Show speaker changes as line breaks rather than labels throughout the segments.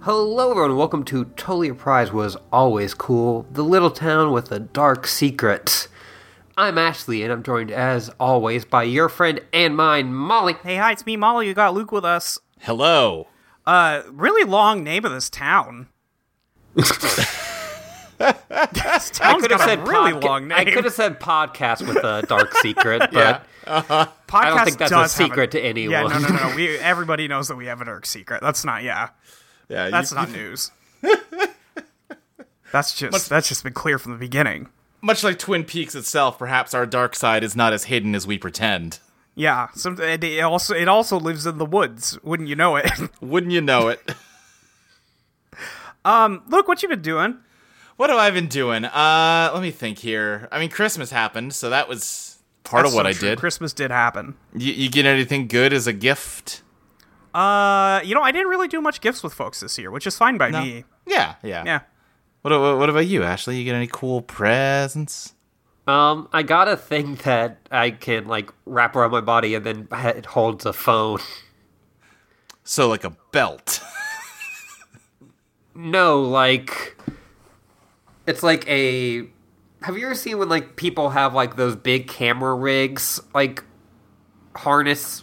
Hello, everyone. Welcome to Totally Prize Was Always Cool, the little town with the dark secrets. I'm Ashley, and I'm joined, as always, by your friend and mine, Molly.
Hey, hi, it's me, Molly. You got Luke with us.
Hello.
Uh, really long name of this town. this town's got a really
podca-
long name.
I could have said podcast with the dark secret, but
Podcast
I don't think that's a
does have
secret to anyone.
Yeah, no, no, no. We everybody knows that we have a dark secret. That's not. Yeah,
Yeah, you-
that's not news. that's just that's just been clear from the beginning.
much like Twin Peaks itself. Perhaps our dark side is not as hidden as we pretend.
Yeah, some, it it also it also lives in the woods. Wouldn't you know it?
Wouldn't you know it?
Look what you been doing.
what have I been doing? Uh, let me think here. I mean, Christmas happened, so that was part
That's
of what
so
I
true.
did.
Christmas did happen.
you, you get anything good as a gift?
Uh, you know, I didn't really do much gifts with folks this year, which is fine by
No.
me.
Yeah, yeah,
Yeah.
What, what, what about you, Ashley? You get any cool presents?
Um, I got a thing that I can like wrap around my body, and then it holds a phone.
So like a belt.
No, like it's like a. Have you ever seen when like people have like those big camera rigs, like harness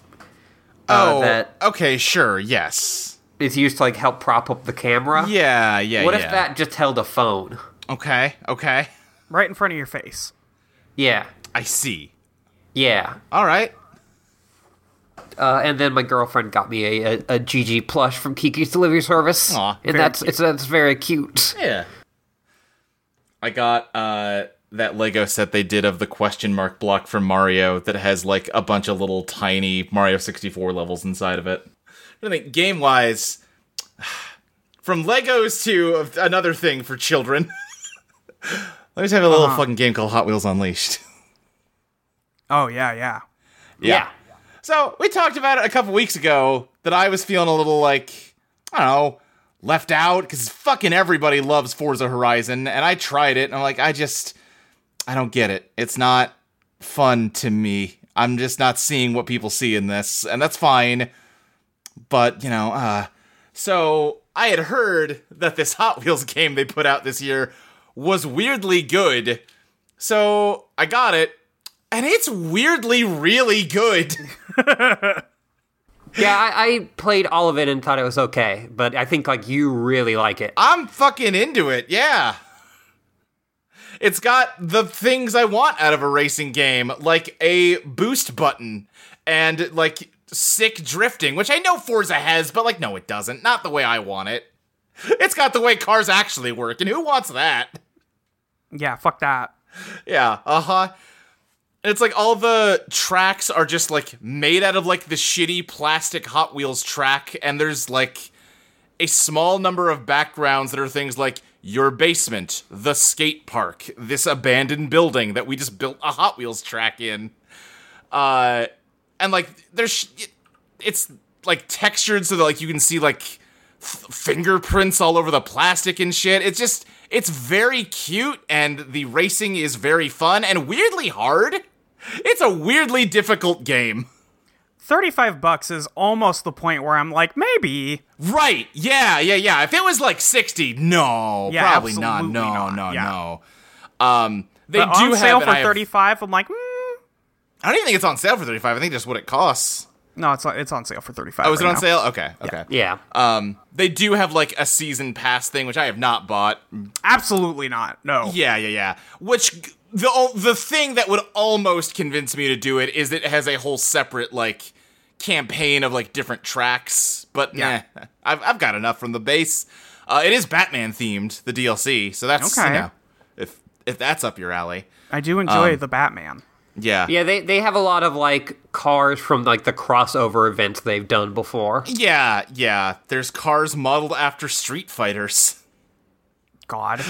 uh,
oh,
that
okay, sure, yes,
is used to like help prop up the camera?
yeah, yeah.
Uh, What
yeah.
if that just held a phone?
Okay, okay.
Right in front of your face.
Yeah,
I see.
yeah.
All right.
Uh, and then my girlfriend got me a, a, a Gigi plush from Kiki's Delivery Service,
Aw,
and
very
that's it's that's very cute.
Yeah. I got uh that Lego set they did of the question mark block from Mario that has like a bunch of little tiny Mario 64 levels inside of it. I think game wise from Legos to another thing for children. Let me just have a little fucking game called Hot Wheels Unleashed.
Oh yeah, yeah.
Yeah.
So we talked about it a couple weeks ago that I was feeling a little like I don't know left out because fucking everybody loves Forza Horizon, and I tried it, and I'm like, I just I don't get it. It's not fun to me. I'm just not seeing what people see in this, and that's fine. But you know, uh, so I had heard that this Hot Wheels game they put out this year was weirdly good. So I got it, and it's weirdly really good.
Yeah, I, I played all of it and thought it was okay, but I think like you really like it.
I'm fucking into it. Yeah. It's got the things I want out of a racing game, like a boost button and like sick drifting, which I know Forza has, but like no it doesn't. Not the way I want it. It's got the way cars actually work, and who wants that?
Yeah, fuck that.
Yeah, uh huh. It's like all the tracks are just like made out of like the shitty plastic Hot Wheels track, and there's like a small number of backgrounds that are things like your basement, the skate park, this abandoned building that we just built a Hot Wheels track in. Uh, and like there's, sh- it's like textured so that like you can see like th- fingerprints all over the plastic and shit. It's just it's very cute and the racing is very fun and weirdly hard. It's a weirdly difficult game.
Thirty-five bucks is almost the point where I'm like, maybe.
Right. Yeah, yeah, yeah. If it was like 60, no,
Yeah,
probably not.
absolutely
No,
not.
no,
Yeah.
no. Um they
But
do
on
have
sale
it,
for
I have-
thirty-five. I'm like, mm.
I don't even think it's on sale for 35. I think just what it costs.
no, it's on- it's on sale for thirty-five.
Oh, is it
right
on
now.
sale? Okay. Okay.
Yeah.
Um they do have like a season pass thing which I have not bought.
Absolutely not. No.
Yeah, yeah, yeah. Which g- the o- the thing that would almost convince me to do it is that it has a whole separate like campaign of like different tracks. But yeah, I've I've got enough from the base. Uh, it is Batman themed, the DLC, so that's
Okay.
you know, if if that's up your alley.
I do enjoy
Um,
the Batman.
Yeah.
Yeah, they they have a lot of like cars from like the crossover events they've done before.
Yeah, yeah. There's cars modeled after Street Fighters.
God,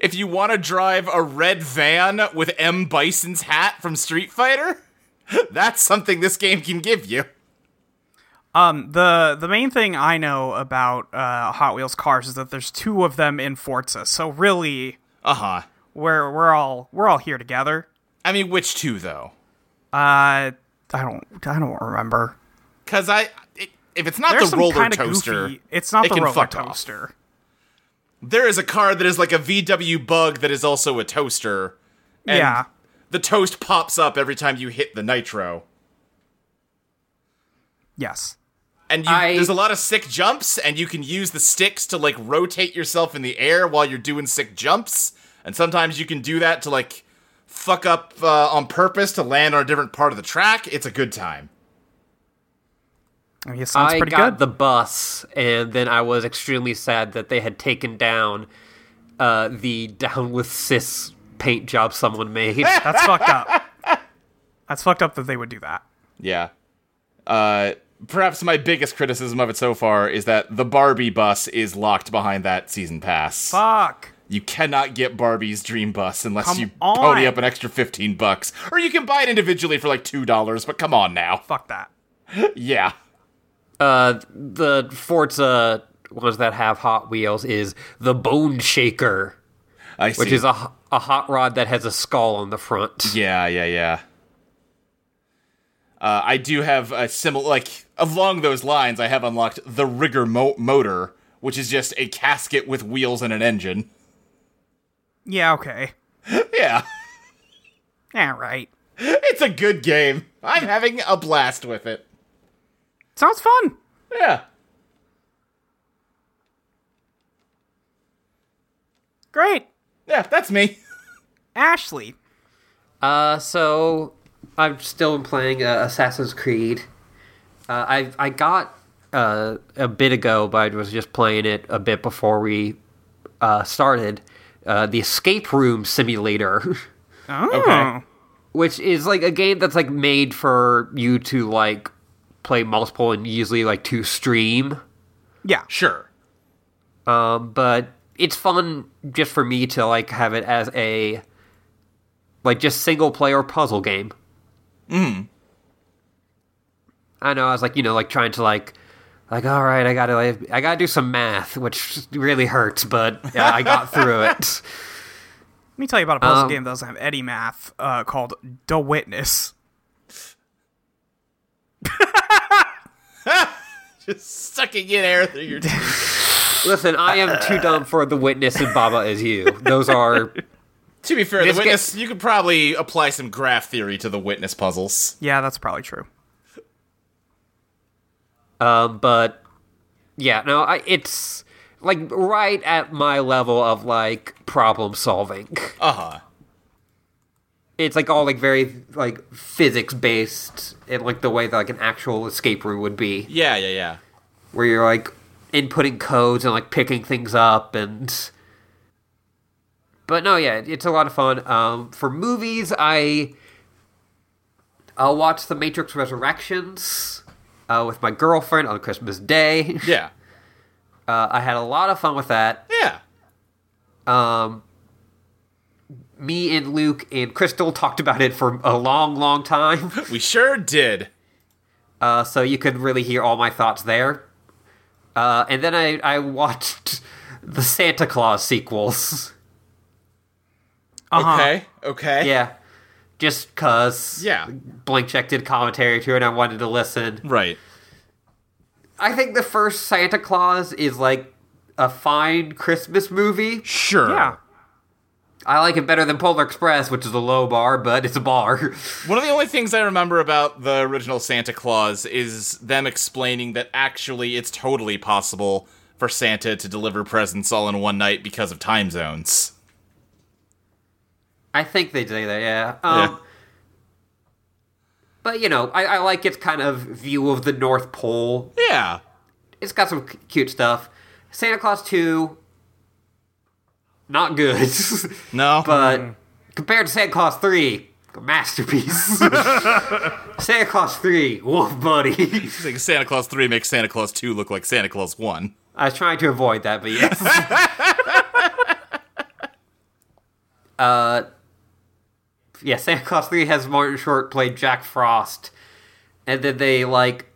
If you want to drive a red van with M. Bison's hat from Street Fighter, that's something this game can give you.
um, the the main thing I know about uh, Hot Wheels cars is that there's two of them in Forza. So really,
Uh huh.
we're we're all we're all here together.
I mean, which two though?
Uh, I don't I don't remember.
Because I, it, if it's not
There's
the
some
roller
kind of
coaster,
goofy. It's not
it
the
can
roller
fuck off.
coaster.
there is a car that is like a VW Bug that is also a toaster. And
Yeah.
The toast pops up every time you hit the nitro,
Yes.
and you,
I-
there's a lot of sick jumps, and you can use the sticks to like rotate yourself in the air while you're doing sick jumps, and sometimes you can do that to like fuck up uh, on purpose to land on a different part of the track. It's a good time.
I mean, it sounds
I
pretty
got
good.
the bus, and then I was extremely sad that they had taken down uh, the down with cis paint job someone made.
That's fucked up. That's fucked up that they would do that.
Yeah. Uh, perhaps my biggest criticism of it so far is that the Barbie bus is locked behind that season pass.
Fuck.
You cannot get Barbie's dream bus unless
Come
you
on.
pony up an extra 15 bucks. Or you can buy it individually for like $2, but come on now.
Fuck that.
Yeah.
uh, the Forza ones that have Hot Wheels is the Bone Shaker,
I see.
which is a, a hot rod that has a skull on the front.
Yeah, yeah, yeah. Uh, I do have a similar, like, along those lines, I have unlocked the Rigger mo- Motor, which is just a casket with wheels and an engine.
Yeah. Okay.
Yeah.
Yeah. Right.
It's a good game. I'm having a blast with it.
Sounds fun.
Yeah.
Great.
Yeah, that's me.
Ashley.
Uh, so I've still been playing uh, Assassin's Creed. Uh, I I got uh, a bit ago, but I was just playing it a bit before we uh, started uh, the escape room simulator,
Oh.
Okay.
which is like a game that's like made for you to like play multiple and usually like to stream.
Yeah.
Sure.
Um, but it's fun just for me to like have it as a like just single player puzzle game. Mm. I know. I was like, you know, like trying to like, like, all right, I gotta, like, I gotta do some math, which really hurts, but uh, I got through it.
Let me tell you about a puzzle
Um,
game that doesn't have any math uh, called The Witness.
Just sucking in air through your teeth.
Listen, I am too dumb for the witness and Baba is you. Those are
to be fair,
This
the witness, you could probably apply some graph theory to the witness puzzles.
Yeah, that's probably true.
Um, but yeah, no, I, it's like right at my level of like problem solving.
Uh huh.
It's like all like very like physics based and like the way that like an actual escape room would be,
Yeah, yeah, yeah.
where you're like inputting codes and like picking things up and. But no, yeah, it's a lot of fun. Um, for movies, I I'll watch The Matrix Resurrections uh, with my girlfriend on Christmas Day.
Yeah.
Uh, I had a lot of fun with that.
Yeah.
Um, me and Luke and Crystal talked about it for a long, long time.
We sure did.
Uh, so you can really hear all my thoughts there. Uh, and then I, I watched the Santa Claus sequels.
Uh-huh.
Okay. Okay.
yeah. Just cuz.
Yeah.
Blank Check did commentary to it and I wanted to listen.
Right.
I think the first Santa Claus is like a fine Christmas movie.
Sure.
Yeah.
I like it better than Polar Express, which is a low bar, but it's a bar.
One of the only things I remember about the original Santa Claus is them explaining that actually it's totally possible for Santa to deliver presents all in one night because of time zones.
I think they do that, yeah. Um, But you know, I, I like its kind of view of the North Pole.
Yeah.
It's got some c- cute stuff. Santa Claus Two, not good,
No.
but compared to Santa Claus Three, a masterpiece. Santa Claus Three, Wolf Buddy.
It's like Santa Claus 3 makes Santa Claus 2 look like Santa Claus 1.
I was trying to avoid that, but yes. uh, Uh, yeah, Santa Claus 3 has Martin Short play Jack Frost. And then they, like,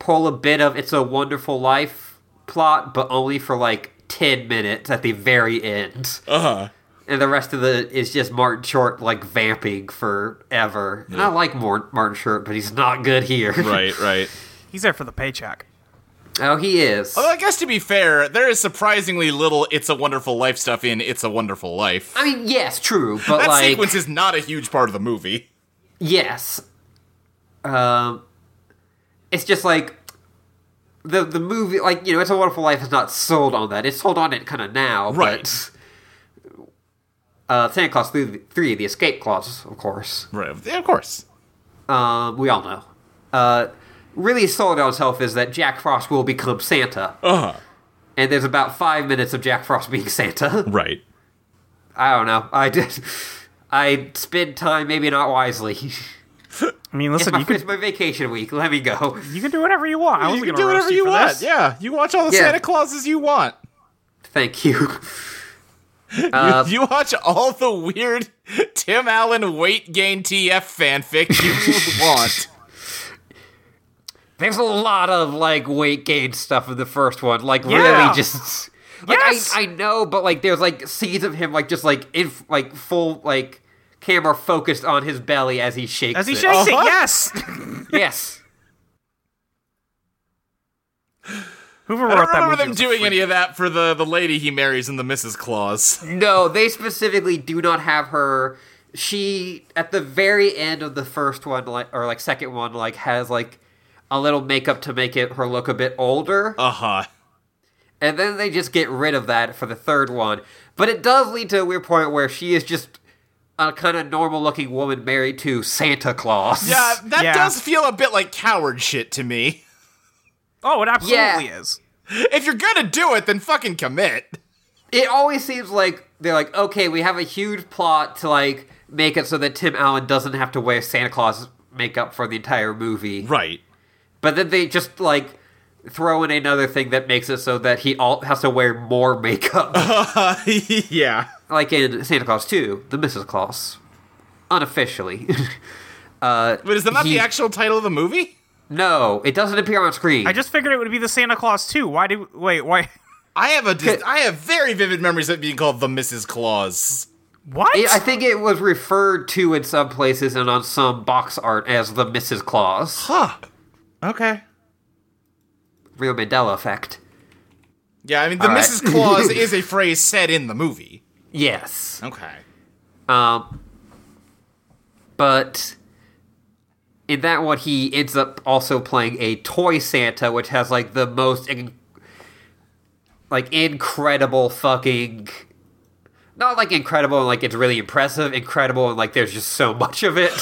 pull a bit of It's a Wonderful Life plot, but only for, like, 10 minutes at the very end.
Uh
Uh-huh.
huh.
And the rest of the is just Martin Short, like, vamping forever. And I like Mor- Martin Short, but he's not good here.
Right, right.
He's there for the paycheck.
oh, he is.
Well, I guess to be fair, there is surprisingly little It's a Wonderful Life stuff in It's a Wonderful Life.
I mean, yes, true, but
That
like
sequence is not a huge part of the movie.
Yes. Um, it's just like the the movie, like you know, it's a Wonderful Life is not sold on that. It's sold on it kind of now, but,
Right.
uh, Santa Claus three, three, the escape clause, of course.
Right. Yeah, of course.
Um, we all know. Uh, really sold on itself is that Jack Frost will become Santa,
Uh
Uh-huh.
huh.
and there's about five minutes of Jack Frost being Santa.
Right.
I don't know. I did. I spend time maybe not wisely.
I mean,
It's
listen,
my,
you could
it's my vacation week. Let me go.
you can do whatever you want. I
You
wasn't
can
gonna
do
roast
whatever you
for
want.
this.
Yeah. You watch all the
Yeah.
Santa Clauses you want.
Thank you.
you, you watch all the weird Tim Allen weight gain TF fanfic you want.
There's a lot of like weight gain stuff in the first one. Like
Yeah.
really just like
Yes.
I, I know, but like there's like scenes of him like just like in like full like camera focused on his belly as he shakes.
As he
it. Oh,
shakes it,
Uh-huh.
yes.
Yes.
Whoever
I
wrote that
don't remember
movie
them
was-
doing any of that for the, the lady he marries in the Mrs. Claus.
No, they specifically do not have her. She at the very end of the first one, like or like second one, like has like a little makeup to make it her look a bit older.
Uh huh.
And then they just get rid of that for the third one. But it does lead to a weird point where she is just a kind of normal looking woman married to Santa Claus.
Yeah, that
Yeah.
does feel a bit like coward shit to me.
Oh, it absolutely
Yeah.
is.
If you're gonna do it, then fucking commit.
It always seems like they're like, okay, we have a huge plot to like make it so that Tim Allen doesn't have to wear Santa Claus makeup for the entire movie.
Right.
But then they just like throw in another thing that makes it so that he all has to wear more makeup.
yeah.
like in Santa Claus 2, the Mrs. Claus. Unofficially. uh
But is that not
He-
the actual title of the movie?
No, it doesn't appear on screen.
I just figured it would be the Santa Claus too. Why do wait? Why?
I have a dis- I have very vivid memories of it being called the Mrs. Claus.
What?
It- I think it was referred to in some places and on some box art as the Mrs. Claus.
Huh. Okay.
Real Mandela effect.
Yeah, I mean the
All right.
Mrs. Claus is a phrase said in the movie.
Yes.
Okay.
Um, but in that one, he ends up also playing a toy Santa, which has like the most in- like incredible fucking. Not like incredible and like it's really impressive, incredible and like there's just so much of it.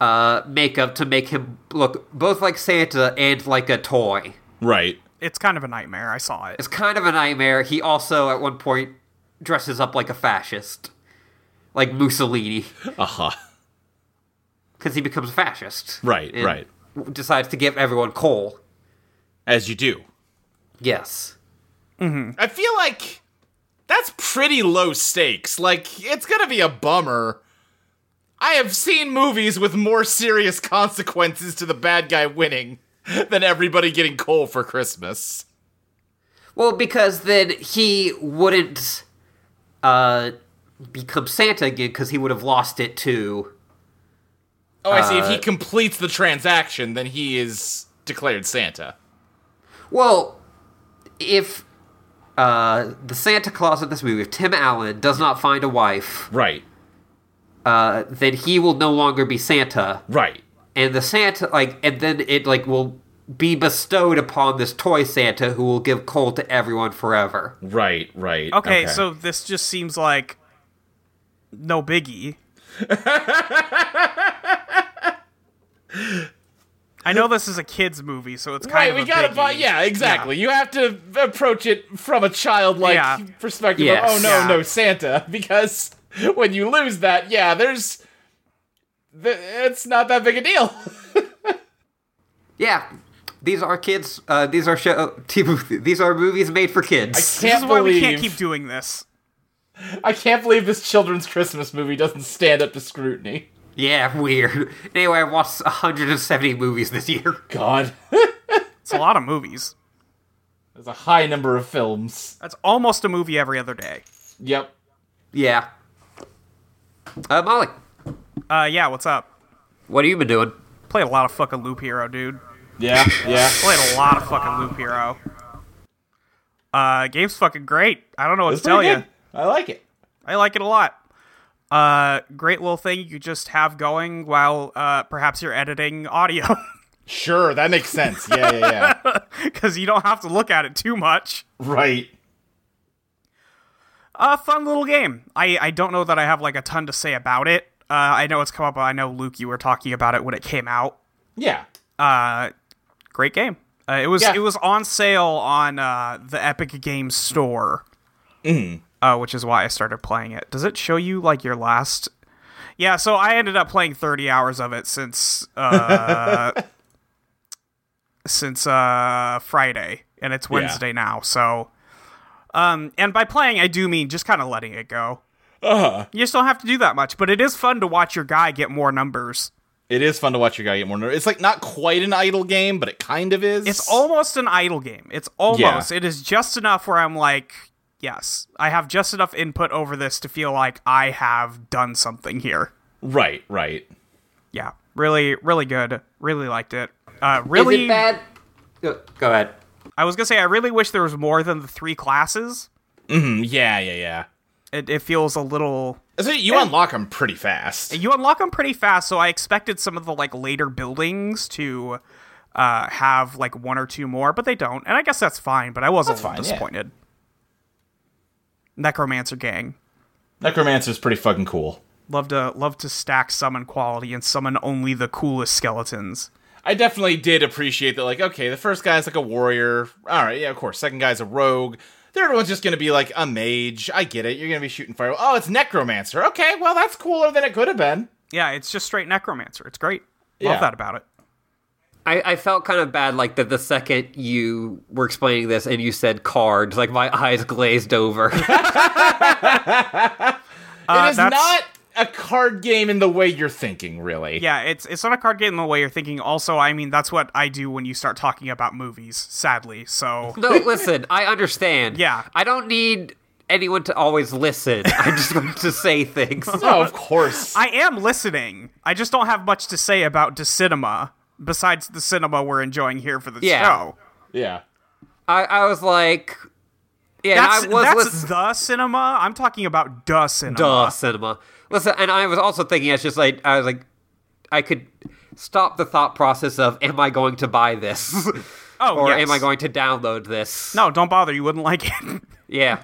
uh, makeup to make him look both like Santa and like a toy
Right.
it's kind of a nightmare. I saw it.
it's kind of a nightmare. He also at one point dresses up like a fascist, like Mussolini,
Uh huh.
because he becomes a fascist.
Right,
and
right.
w- Decides to give everyone coal.
As you do.
Yes.
I feel like that's pretty low stakes. Like, it's gonna be a bummer. I have seen movies with more serious consequences to the bad guy winning than everybody getting coal for Christmas.
Well, because then he wouldn't uh, become Santa again because he would have lost it to.
Oh, I see. If he completes the transaction, then he is declared Santa.
Well, if uh, the Santa Claus in this movie, if Tim Allen does not find a wife,
Right.
uh, then he will no longer be Santa.
Right.
and the Santa like and then it like will be bestowed upon this toy Santa who will give coal to everyone forever.
Right. Right.
Okay, so this just seems like no biggie. I know this is a kids movie, so it's kind
Right,
of
we
a
gotta
biggie.
buy. Yeah, exactly. You have to approach it from a childlike
Yeah.
perspective.
Yes.
Of, oh no,
Yeah.
no Santa, because when you lose that, yeah, there's, th- it's not that big a deal.
Yeah, these are kids. Uh, these are show. TV, these are movies made for kids.
This
Can't
is why
believe
we can't keep doing this.
I can't believe this children's Christmas movie doesn't stand up to scrutiny.
Yeah, weird. Anyway, I watched 170 movies this year.
God,
It's a lot of movies.
there's a high number of films.
That's almost a movie every other day.
Yep.
Yeah. Uh, Molly,
Uh, yeah, what's up?
what have you been doing?
Played a lot of fucking Loop Hero, dude.
Yeah. Yeah.
Played a lot of fucking Loop Hero. Uh, game's fucking great. I don't know what
It's
to tell
pretty
you.
good. I like it.
I like it a lot. Uh, great little thing you just have going while uh, perhaps you're editing audio
Sure, that makes sense. Yeah, yeah, yeah.
because you don't have to look at it too much.
right.
A fun little game. I, I don't know that I have like a ton to say about it. Uh, I know it's come up. I know Luke, you were talking about it when it came out.
Yeah.
Great game. Uh, it was
Yeah.
it was on sale on uh, the Epic Games Store, uh, which is why I started playing it. Does it show you like your last? Yeah, so I ended up playing thirty hours of it since uh, since uh, Friday, and it's Wednesday now. So, um, and by playing, I do mean just kind of letting it go. Uh-huh. You just don't have to do that much, but it is fun to watch your guy get more numbers.
It is fun to watch your guy get more nervous. It's like not quite an idle game, but it kind of is.
It's almost an idle game. It's almost. It is just enough where I'm like, yes, I have just enough input over this to feel like I have done something here.
right, right.
Yeah, really, really good. Really liked it. Uh, really,
bad? Go Uh, go ahead.
I was gonna say I really wish there was more than the three classes.
Mm, Yeah, yeah, yeah.
It, it feels a little.
So you unlock them pretty fast.
You unlock them pretty fast, so I expected some of the like later buildings to uh, have like one or two more, but they don't, and I guess that's fine. But I was
That's
a little
fine, yeah.
disappointed. Necromancer gang.
Necromancer's pretty fucking cool.
Love to love to stack summon quality and summon only the coolest skeletons.
I definitely did appreciate that. Like, okay, the first guy's like a warrior. All right, yeah, of course. Second guy's a rogue. Third one's just gonna be like a mage. I get it. You're gonna be shooting fire. Oh, it's necromancer. Okay, well that's cooler than it could have been.
Yeah, it's just straight necromancer. It's great. Love
Yeah.
that about it.
I, I felt kind of bad, like that the second you were explaining this and you said cards, like my eyes glazed over.
it is
Uh, that's-
not a card game in the way you're thinking, really.
Yeah, it's it's not a card game the way you're thinking. Also, I mean that's what I do when you start talking about movies, sadly. So
no, listen, I understand.
Yeah.
I don't need anyone to always listen. I just want to say things.
Oh, of course.
Uh, I am listening. I just don't have much to say about the cinema besides the cinema we're enjoying here for the
Yeah.
show.
yeah.
I, I was like, yeah, and
That's
I was
that's
listening.
the cinema. I'm talking about the cinema.
Duh, cinema. Listen, and I was also thinking, it's just like I was like, I could stop the thought process of, am I going to buy this,
Oh,
or
yes.
am I going to download this?
No, don't bother. You wouldn't like it.
Yeah.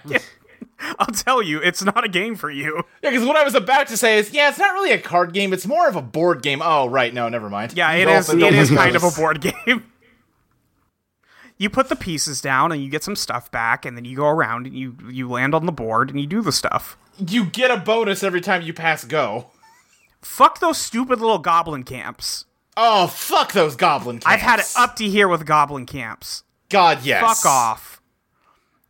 I'll tell you, it's not a game for you.
Yeah, because what I was about to say is, yeah, it's not really a card game. It's more of a board game. Oh, right. No, never mind.
Yeah, it
Don't-
is.
don't
It is
lose
kind of a
those.
board game. You put the pieces down and you get some stuff back, and then you go around and you you land on the board and you do the stuff.
You get a bonus every time you pass go.
Fuck those stupid little goblin camps.
Oh, fuck those goblin camps.
I've had it up to here with goblin camps.
God, yes.
Fuck off.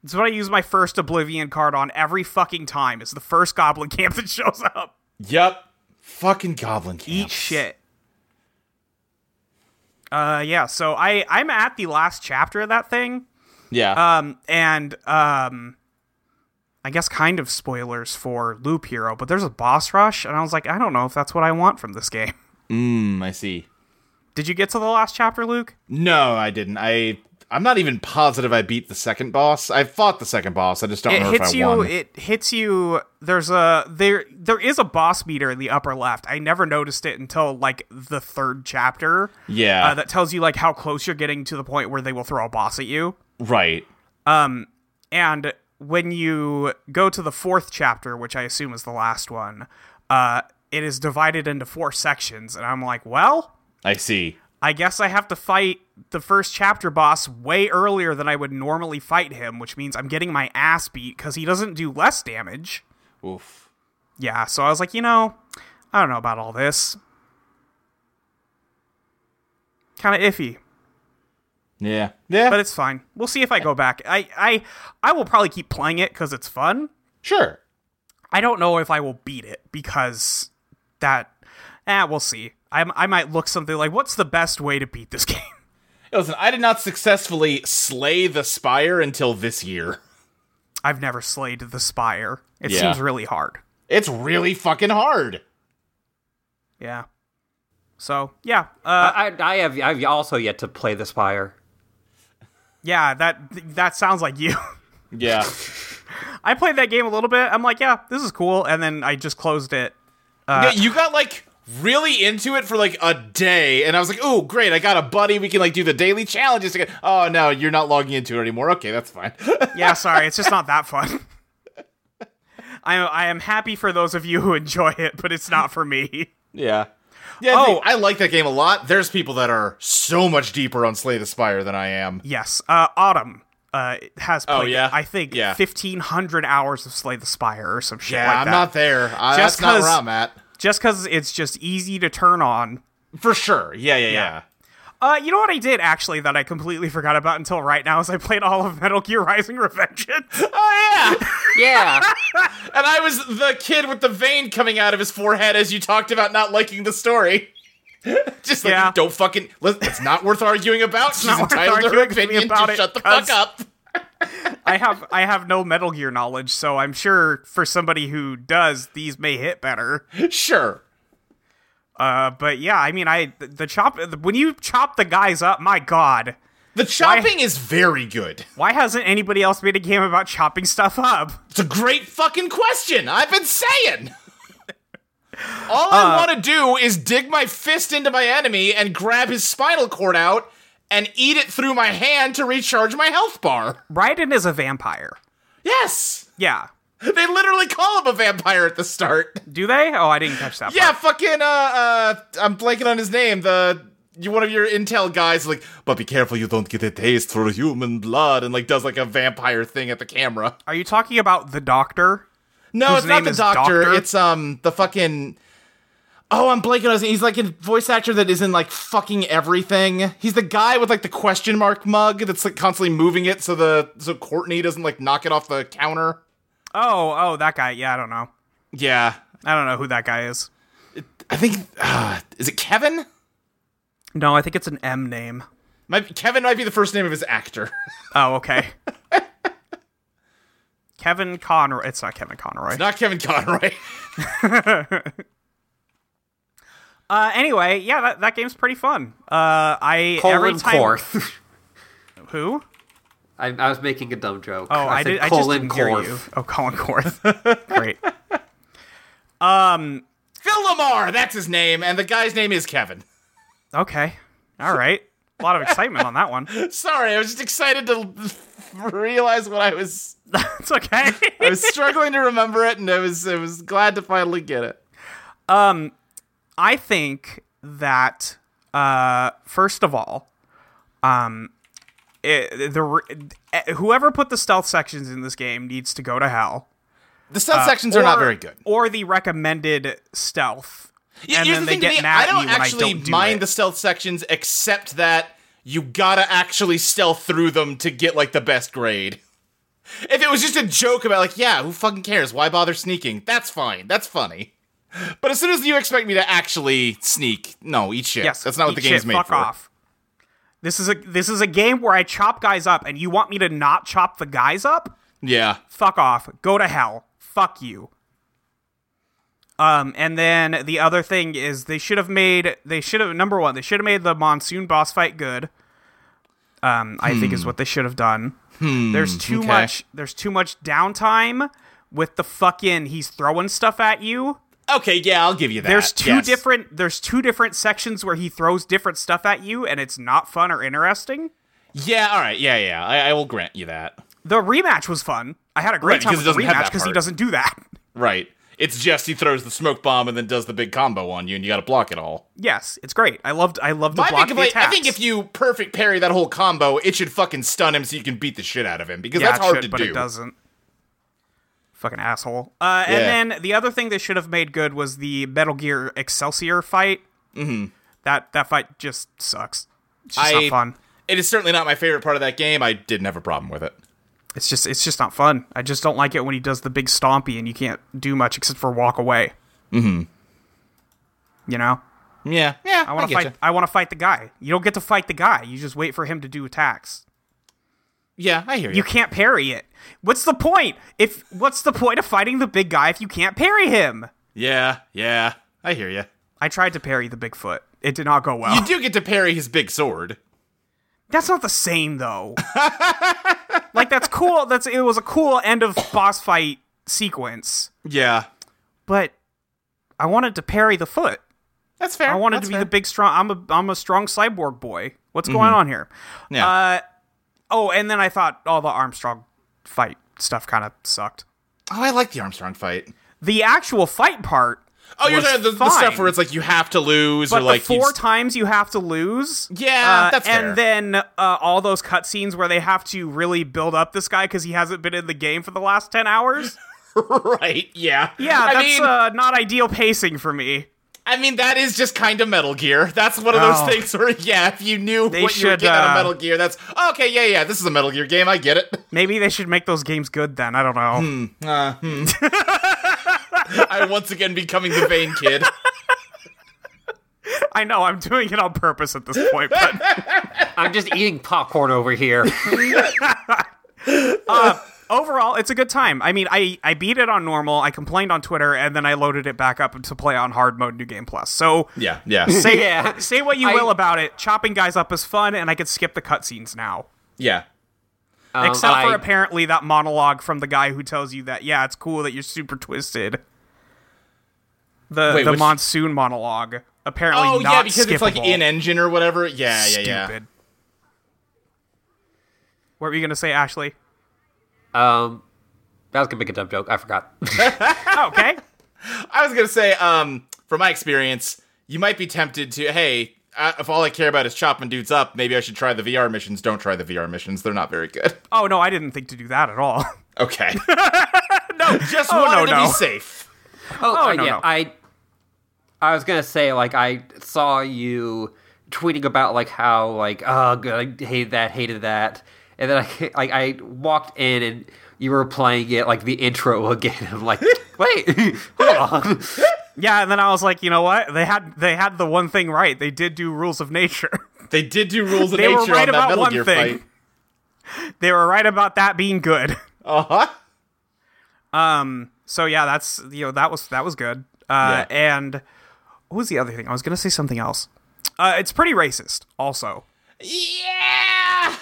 It's what I use my first Oblivion card on every fucking time. It's the first goblin camp that shows up.
Yep. Fucking goblin camps.
Eat shit. Uh yeah, so I I'm at the last chapter of that thing.
Yeah.
Um, and um, I guess kind of spoilers for Loop Hero, but there's a boss rush, and I was like, I don't know if that's what I want from this game.
Hmm, I see.
Did you get to the last chapter, Luke?
No, I didn't. I. I'm not even positive I beat the second boss. I fought the second boss. I just don't
It
know
hits
if I
you.
won.
It hits you. There's a there. There is a boss meter in the upper left. I never noticed it until like the third chapter.
Yeah.
uh, that tells you like how close you're getting to the point where they will throw a boss at you.
right.
And when you go to the fourth chapter, which I assume is the last one, uh, it is divided into four sections. And I'm like, well,
I see.
I guess I have to fight the first chapter boss way earlier than I would normally fight him, which means I'm getting my ass beat because he doesn't do less damage.
Oof.
Yeah, so I was like, you know, I don't know about all this. Kind of iffy,
Yeah. Yeah.
but it's fine. We'll see if I go back. I I I will probably keep playing it because it's fun.
sure.
I don't know if I will beat it because that. Eh, we'll see. I I might look something like, what's the best way to beat this game?
Listen, I did not successfully slay the spire until this year.
I've never slayed the spire. It
Yeah.
seems really hard.
It's really fucking hard.
Yeah. So yeah, uh,
I, I have I've also yet to play the Spire.
yeah. That that sounds like you.
Yeah.
I played that game a little bit. I'm like, yeah, this is cool, and then I just closed it.
Yeah, you got like really into it for like a day, and I was like, "Oh, great! I got a buddy. We can like do the daily challenges." together." Oh no, you're not logging into it anymore. Okay, that's fine.
Yeah, sorry, it's just not that fun. I I am happy for those of you who enjoy it, but it's not for me.
yeah. Yeah. I
Oh.
think- I like that game a lot. There's people that are so much deeper on Slay the Spire than I am.
Yes, uh, Autumn uh, has played.
Oh, yeah?
I think
Yeah.
fifteen hundred hours of Slay the Spire or some shit
Yeah,
like
I'm
that.
not there. I,
Just
that's not where
'cause-
I'm at.
Just because it's just easy to turn on.
For sure. Yeah, yeah, yeah.
Uh, you know what I did actually that I completely forgot about until right now is I played all of Metal Gear Rising Revengeance.
Oh yeah.
Yeah,
and I was the kid with the vein coming out of his forehead as you talked about not liking the story. Just like
Yeah.
don't fucking. let- It's not worth arguing about. She's
not worth
entitled to her
arguing with me
opinion.
about
Just
it,
shut the
cuz-
fuck up.
I have I have no Metal Gear knowledge, so I'm sure for somebody who does, these may hit better.
Sure.
Uh, but yeah, I mean, I the, the chop when you chop the guys up, my god,
The chopping is very good.
why hasn't anybody else made a game about chopping stuff up?
It's a great fucking question. I've been saying. All
Uh,
I want to do is dig my fist into my enemy and grab his spinal cord out and eat it through my hand to recharge my health bar.
Raiden is a vampire.
Yes.
Yeah,
They literally call him a vampire at the start.
do they? Oh, I didn't catch that.
Yeah, fucking uh, uh I'm blanking on his name. The you one of your intel guys like, but be careful you don't get a taste for human blood, and like does like a vampire thing at the camera.
Are you talking about the doctor?
No,
Whose
it's not
name
the
is
doctor.
Doctor?
It's um the fucking. Oh, I'm blanking on his name. He's like a voice actor that is in like fucking everything. He's the guy with like the question mark mug that's like constantly moving it so the so Courtney doesn't like knock it off the counter.
Oh, oh, that guy. Yeah, I don't know.
Yeah,
I don't know who that guy is.
I think uh, is it Kevin?
No, I think it's an M name.
Might, Kevin might be the first name of his actor.
Oh, okay. Kevin Conroy. It's not Kevin Conroy.
Not Kevin Conroy.
Uh, anyway, yeah, that, that game's pretty fun. Uh, I every
colon
time
Korth.
who?
I, I was making a dumb joke.
Oh, I,
said
did. I just
colon
didn't hear
Korth.
you. Oh, Colin Korth. Great.
Phil Lamar, that's his name, and the guy's name is Kevin.
Okay. All right. A lot of excitement on that one.
Sorry, I was just excited to realize what I was.
It's okay.
I was struggling to remember it, and I was I was glad to finally get it.
I think that uh, first of all, um, it, the re- eh, whoever put the stealth sections in this game needs to go to hell.
The stealth sections are not
Or-
very good.
Or the recommended stealth.
Yeah,
and
here's
then
the
they
thing to
get
me,
mad
I don't
at you when I
actually
don't do
mind
it.
the stealth sections, except that you gotta actually stealth through them to get like the best grade. If it was just a joke about like, yeah, who fucking cares? Why bother sneaking? That's fine. That's funny. But as soon as you expect me to actually sneak, no, eat shit.
Yes,
that's not what
eat
the game's
shit,
made
fuck
for.
off. This is a this is a game where I chop guys up, and you want me to not chop the guys up?
Yeah.
Fuck off. Go to hell. Fuck you. Um, and then the other thing is they should have made they should have number one they should have made the monsoon boss fight good. Um, I think is what they should have done. there's too
Hmm. okay.
much there's too much downtime with the fucking he's throwing stuff at you.
Okay, yeah, I'll give you that.
There's two
Uh, Yes.
different there's two different sections where he throws different stuff at you and it's not fun or interesting.
Yeah, all right, yeah, yeah. I, I will grant you that.
The rematch was fun. I had a great
Right,
time
because
with
it
the
doesn't have
rematch
that
because he
part.
doesn't do that.
Right. It's just he throws the smoke bomb and then does the big combo on you, and you got to block it all.
Yes, it's great. I loved. I loved the
I
block
think, if
the
I, I
attacks.
think if you perfect parry that whole combo, it should fucking stun him so you can beat the shit out of him because
yeah,
that's
it
hard
should,
to
but
do.
it doesn't. Fucking asshole. Uh,
Yeah.
And then the other thing they should have made good was the Metal Gear Excelsior fight. Mm-hmm. That that fight just sucks. It's just
I-
not fun.
It is certainly not my favorite part of that game. I didn't have a problem with it.
It's just it's just not fun. I just don't like it when he does the big stompy and you can't do much except for walk away. Mm-hmm. You know,
Yeah, yeah.
I want to
get
fight.
ya.
I want to fight the guy. You don't get to fight the guy. You just wait for him to do attacks.
Yeah, I hear you.
You can't parry it. What's the point? If what's the point of fighting the big guy if you can't parry him?
yeah, yeah. I hear you.
I tried to parry the Bigfoot. It did not go well.
You do get to parry his big sword.
that's not the same though. like that's cool. That's it was a cool end of boss fight sequence,
Yeah,
but I wanted to parry the foot.
that's fair.
I wanted to
That's
be
fair. Mm-hmm.
the big strong. I'm a I'm a strong cyborg boy. What's going on here?
Yeah.
Uh, oh, and then I thought all the Armstrong fight stuff kind of sucked.
oh, I like the Armstrong fight.
The actual fight part.
Oh, you're
was
talking the, the stuff
fine.
where it's like you have to lose
But
or like
the
you
four
just-
times you have to lose.
Yeah,
uh,
that's
and
fair.
then uh, all those cutscenes where they have to really build up this guy because he hasn't been in the game for the last ten hours.
right. Yeah,
Yeah,
I
that's
mean,
uh, not ideal pacing for me.
I mean, that is just kind of Metal Gear. That's one of those
Oh.
things where, yeah, if you knew what you were
should,
getting out of
uh,
Metal Gear, that's okay. Yeah, yeah, this is a Metal Gear game. I get it.
Maybe they should make those games good then. I don't know.
I once again becoming the vain kid.
I know I'm doing it on purpose at this point, but
I'm just eating popcorn over here.
uh, overall, it's a good time. I mean, I, I beat it on normal. I complained on Twitter, and then I loaded it back up to play on hard mode New Game Plus. So
Yeah, yeah,
say,
Yeah.
say what you
I-
will about it. Chopping guys up is fun, and I could skip the cutscenes now.
yeah.
Um,
Except for
I-
apparently that monologue from the guy who tells you that, yeah, it's cool that you're super twisted. The,
Wait,
the
which-
monsoon monologue. Apparently
Oh,
not
yeah, because it's like
skippable.
in engine or whatever. Yeah, yeah, yeah.
Stupid. What were you going to say, Ashley?
Um, I was gonna make a dumb joke. I forgot.
Oh, okay.
I was gonna say, um, from my experience, you might be tempted to, hey, uh, if all I care about is chopping dudes up, maybe I should try the VR missions. Don't try the VR missions; they're not very good.
oh, no, I didn't think to do that at all.
Okay. no, just
Oh,
wanted
no,
to
no.
be safe.
Oh, uh,
no,
yeah,
no.
I I was gonna say like I saw you tweeting about like how like oh good, I hated that, hated that, and then I like I walked in and you were playing it like the intro again. I'm like, wait, hold on.
Yeah, and then I was like, you know what? They had they had the one thing right. They did do rules of nature.
They did do rules of
They were
nature
right
on
about
that Metal
one
Gear
thing.
fight.
they were right about that being good.
Uh huh.
Um, so yeah, that's you know that was that was good. Uh, And what was the other thing? I was gonna say something else. Uh, it's pretty racist. Also,
Yeah.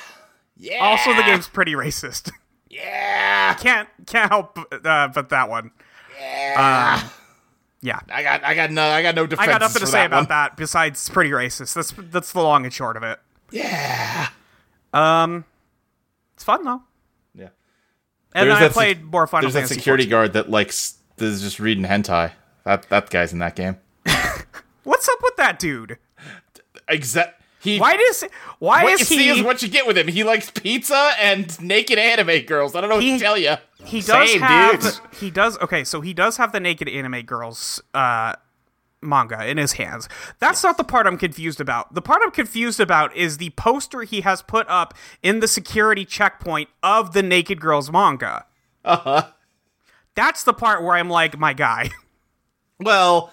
Yeah.
also the game's pretty racist.
Yeah.
can't can't help uh, but that one. Um,
Yeah.
Yeah,
I got. I got no. I got no defense.
I got nothing to say about that besides it's pretty racist. That's that's the long and short of it. Um,
Yeah.
It's fun though.
Yeah.
And
There's
then I
that sec-
played more Final
There's that
Fantasy.
security guard that likes is just reading hentai. That that guy's in that game.
What's up with that dude?
Exact. He.
Why does why
What
is
you
he
see is what you get with him. He likes pizza and naked anime girls. I don't know what
He-
to tell you.
He does
Same,
have
dudes.
he does okay, so he does have the naked anime girls uh manga in his hands. That's not the part I'm confused about. The part I'm confused about is the poster he has put up in the security checkpoint of the naked girls manga. Uh-huh. That's the part where I'm like, my guy.
Well,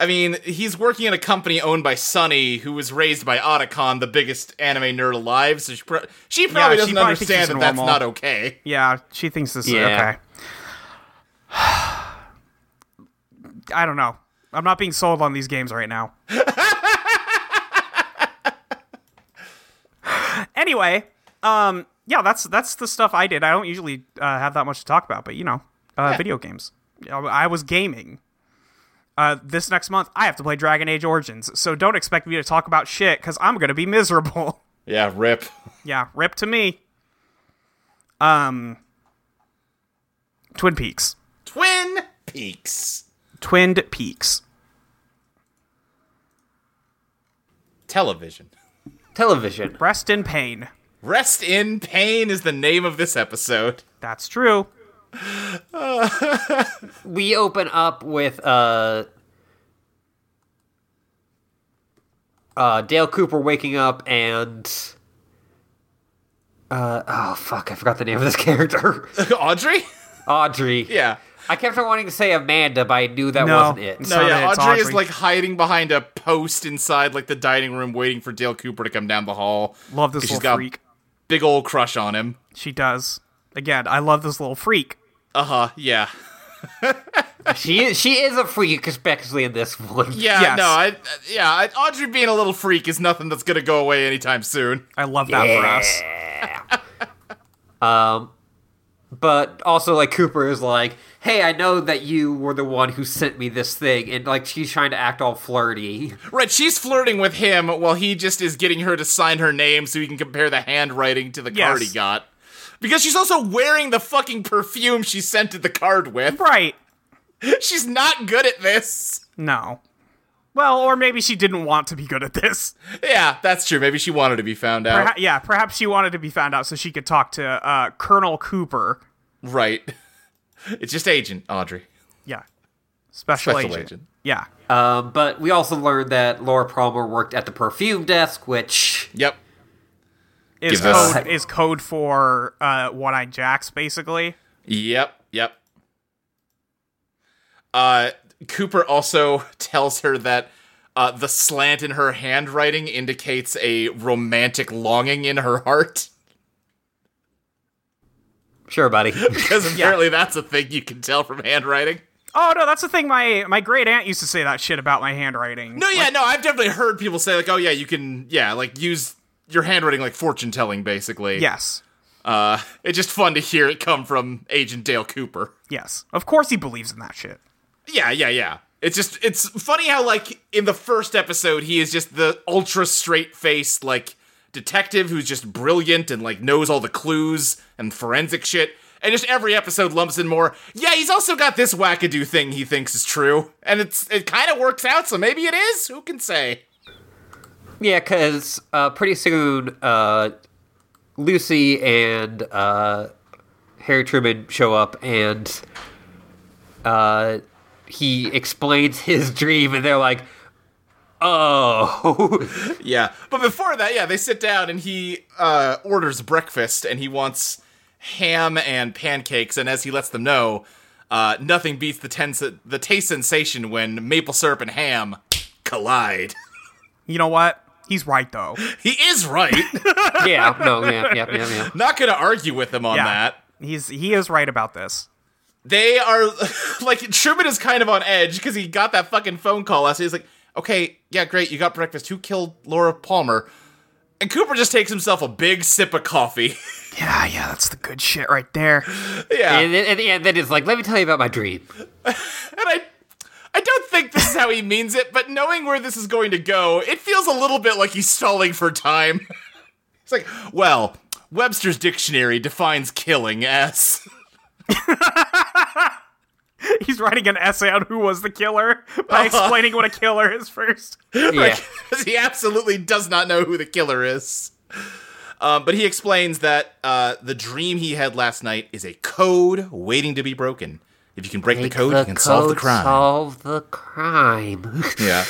I mean, he's working in a company owned by Sunny, who was raised by Otacon, the biggest anime nerd alive. So she, pro- she probably
she
doesn't
probably thinks
understand
he's
that that's
normal.
not okay.
Yeah, she thinks this
Yeah.
is okay. I don't know. I'm not being sold on these games right now. anyway, um, yeah, that's that's the stuff I did. I don't usually uh, have that much to talk about, but you know, uh, video games. You know, I was gaming. Uh, this next month, I have to play Dragon Age Origins, so don't expect me to talk about shit because I'm gonna be miserable.
Yeah, rip.
Yeah, rip to me. Um, Twin Peaks.
Twin Peaks.
Twinned Peaks.
Television.
Television.
Rest in pain.
Rest in Pain is the name of this episode.
That's true.
We open up with uh, uh, Dale Cooper waking up and. Uh, oh, fuck, I forgot the name of this character.
Audrey?
Audrey.
Yeah.
I kept on wanting to say Amanda, but I knew that
No.
wasn't it.
No,
Sorry,
yeah,
it's
Audrey, is
Audrey.
like hiding behind a post inside like the dining room, waiting for Dale Cooper to come down the hall.
Love this
She's
little
got-
freak.
Big old crush on him.
She does. Again, I love this little freak.
Uh huh. Yeah.
She is, she is a freak, especially in this one.
Yeah.
Yes.
No. I, yeah. I, Audrey being a little freak is nothing that's gonna go away anytime soon.
I love that for us.
But also, like, Cooper is like, hey, I know that you were the one who sent me this thing. And, like, she's trying to act all flirty.
Right. She's flirting with him while he just is getting her to sign her name so he can compare the handwriting to the card
Yes.
he got. Because she's also wearing the fucking perfume she scented the card with.
Right.
She's not good at this.
No. Well, or maybe she didn't want to be good at this.
Yeah, that's true. Maybe she wanted to be found out.
Perha- yeah, perhaps she wanted to be found out so she could talk to uh, Colonel Cooper.
Right. It's just agent, Audrey.
Yeah. Special,
Special
agent.
agent.
Yeah.
Um, but we also learned that Laura Palmer worked at the perfume desk, which
Yep.
Is
Give us-
code is code for uh, One Eyed Jacks, basically.
Yep. Yep. Uh, Cooper also tells her that uh, the slant in her handwriting indicates a romantic longing in her heart.
sure, buddy.
Because apparently that's a thing you can tell from handwriting.
Oh no, that's the thing. My my great aunt used to say that shit about my handwriting.
No, yeah, no, I've definitely heard people say, like, oh, yeah, you can, yeah, like, use your handwriting like fortune telling, basically.
Yes.
Uh, it's just fun to hear it come from Agent Dale Cooper.
Yes. Of course he believes in that shit.
Yeah, yeah, yeah. It's just it's funny how like in the first episode he is just the ultra straight faced like detective who's just brilliant and like knows all the clues and forensic shit. And just every episode lumps in more. Yeah, he's also got this wackadoo thing he thinks is true, and it's it kind of works out. So maybe it is. Who can say?
yeah, because uh, pretty soon uh, Lucy and uh, Harry Truman show up, and uh, he explains his dream, and they're like, "Oh,
Yeah. But before that, yeah, they sit down and he uh, orders breakfast and he wants ham and pancakes. And as he lets them know, uh, nothing beats the, ten- the taste sensation when maple syrup and ham collide.
You know what? He's right though.
he is right.
yeah, no, yeah, yeah, yeah, yeah."
Not going to argue with him on
Yeah.
that.
He's he is right about this.
They are like Truman is kind of on edge because he got that fucking phone call last. night. He's like, "Okay, yeah, great, you got breakfast. Who killed Laura Palmer?" And Cooper just takes himself a big sip of coffee.
Yeah, yeah, that's the good shit right there.
yeah,
And then, and and then it's like, "Let me tell you about my dream."
And I I don't think this is how he means it, but knowing where this is going to go, it feels a little bit like he's stalling for time. it's like, well, Webster's dictionary defines killing as
He's writing an essay on who was the killer by explaining what a killer is first.
Yeah.
he absolutely does not know who the killer is. Um, but he explains that uh, the dream he had last night is a code waiting to be broken. If you can break the
Make
code, you can solve the
code
crime.
Solve the crime.
yeah.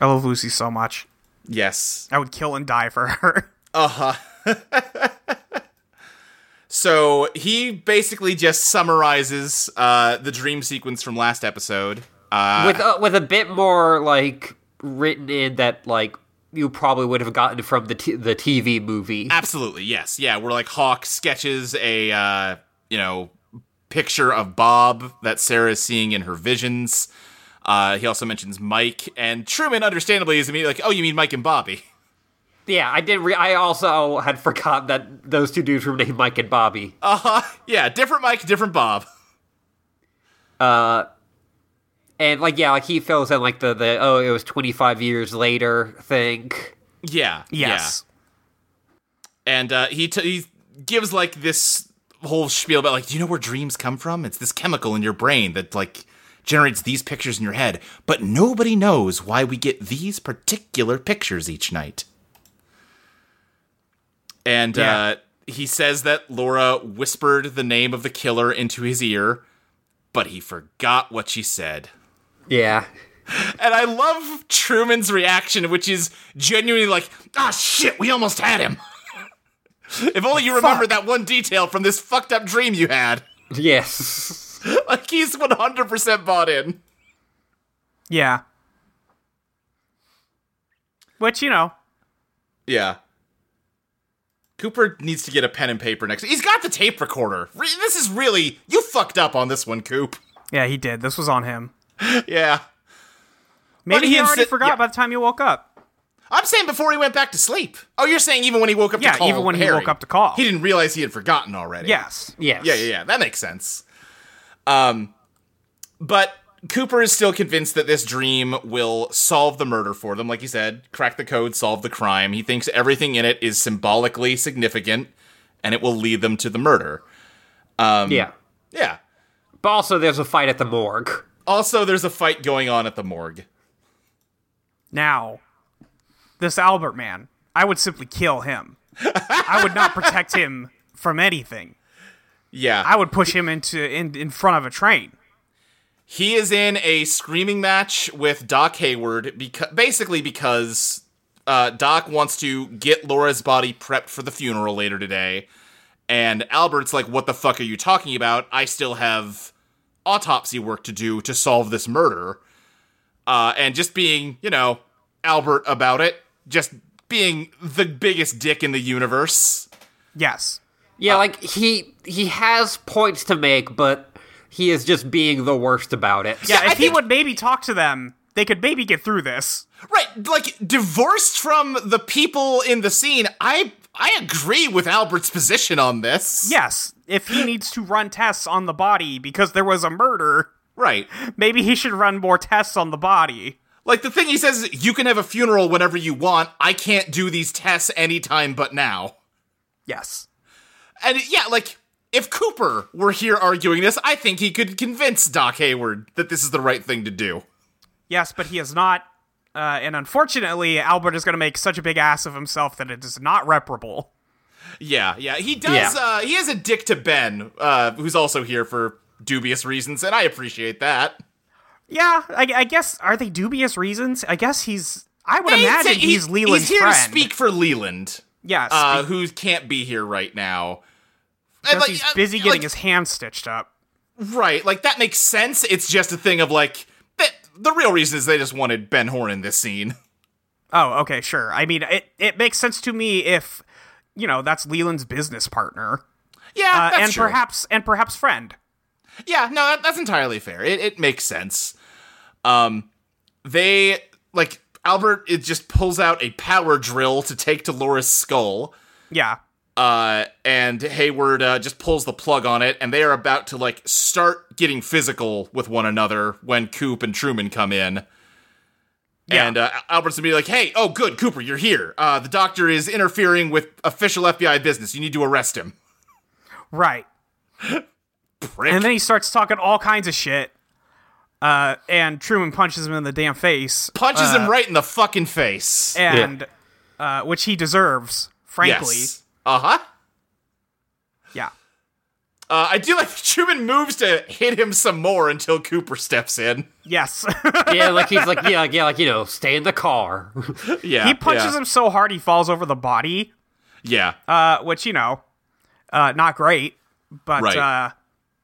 I love Lucy so much.
Yes.
I would kill and die for her.
So he basically just summarizes uh, the dream sequence from last episode. Uh,
with uh, with a bit more like written in that like you probably would have gotten from the t- the TV movie.
absolutely, yes, yeah. Where like Hawk sketches a uh, you know picture of Bob that Sarah is seeing in her visions. Uh, he also mentions Mike and Truman. Understandably, is immediately like, "Oh, you mean Mike and Bobby?"
Yeah, I did. Re- I also had forgotten that those two dudes were named Mike and Bobby.
Uh, Yeah, different Mike, different Bob.
and like yeah, like he fills in like the the oh it was twenty five years later thing.
Yeah, yeah.
Yes.
and uh, he t- he gives like this whole spiel about like, do you know where dreams come from? It's this chemical in your brain that like generates these pictures in your head, but nobody knows why we get these particular pictures each night. And
Yeah.
uh, he says that Laura whispered the name of the killer into his ear, but he forgot what she said.
Yeah.
And I love Truman's reaction, which is genuinely like, ah, shit, we almost had him. if only you remembered that one detail from this fucked up dream you had.
Yes.
like, he's 100% bought in.
Yeah. Which, you know,
Yeah. Cooper needs to get a pen and paper next. He's got the tape recorder. Re- this is really. You fucked up on this one, Coop.
yeah, he did. This was on him.
Yeah.
Maybe
he
he already
insi-
forgot
yeah.
by the time you woke up.
I'm saying before he went back to sleep. Oh, you're saying even when he woke up
Yeah,
to call.
even when he
Harry,
woke up to call.
He didn't realize he had forgotten already.
Yes.
Yes.
Yeah, yeah, yeah. That makes sense. Um, but Cooper is still convinced that this dream will solve the murder for them. Like you said, crack the code, solve the crime. He thinks everything in it is symbolically significant, and it will lead them to the murder.
Yeah.
Yeah.
But also, there's a fight at the morgue.
Also, there's a fight going on at the morgue.
Now, this Albert man, I would simply kill him. I would not protect him from anything.
Yeah.
I would push him into in, in front of a train.
He is in a screaming match with Doc Hayward because basically because uh, Doc wants to get Laura's body prepped for the funeral later today, and Albert's like, "What the fuck are you talking about? I still have autopsy work to do to solve this murder." Uh, and just being, you know, Albert about it, just being the biggest dick in the universe.
Yes.
Yeah,
Uh,
like he he has points to make, but he is just being the worst about it.
Yeah, if
I
he
think-
would maybe talk to them, they could maybe get through this.
Right, like divorced from the people in the scene, I I agree with Albert's position on this.
Yes. If he needs to run tests on the body because there was a murder,
Right.
maybe he should run more tests on the body.
Like the thing he says is you can have a funeral whenever you want. I can't do these tests anytime but now.
Yes.
And yeah, like if Cooper were here arguing this, I think he could convince Doc Hayward that this is the right thing to do.
Yes, but he is not. Uh, and unfortunately, Albert is going to make such a big ass of himself that it is not reparable.
Yeah, yeah. He does
Yeah.
uh he is a dick to Ben, uh, who's also here for dubious reasons, and I appreciate that.
Yeah, I, I guess are they dubious reasons? I guess he's. I would
He's-
imagine
he-
he's Leland's
He's here
friend.
to speak for Leland.
Yes,
uh, who can't be here right now.
because he's busy getting
like,
his hand stitched up.
right. Like that makes sense. It's just a thing of like that. The real reason is they just wanted Ben Horn in this scene.
Oh, okay, sure. I mean, it it makes sense to me if you know that's Leland's business partner
Yeah,
uh,
that's
and
true.
perhaps and perhaps friend.
yeah, no, that, that's entirely fair. It, it makes sense. Um, they like Albert. It just pulls out a power drill to take to Laura's skull.
Yeah,
uh, and Hayward uh, just pulls the plug on it, and they are about to like start getting physical with one another when Coop and Truman come in.
Yeah.
And uh, Albert's gonna be like, "Hey, oh good, Cooper, you're here. Uh, the doctor is interfering with official FBI business. You need to arrest him."
right.
Prick.
And then he starts talking all kinds of shit. Uh, and Truman punches him in the damn face,
punches him right in the fucking face.
uh, and uh, which he deserves, frankly.
yes. Uh-huh.
Yeah.
Uh I do like that Truman moves to hit him some more until Cooper steps in.
Yes.
yeah, like he's like yeah, like, yeah, like you know, stay in the car.
Yeah.
he punches
yeah.
him so hard he falls over the body,
Yeah.
uh, which you know, uh, not great. But
Right.
uh,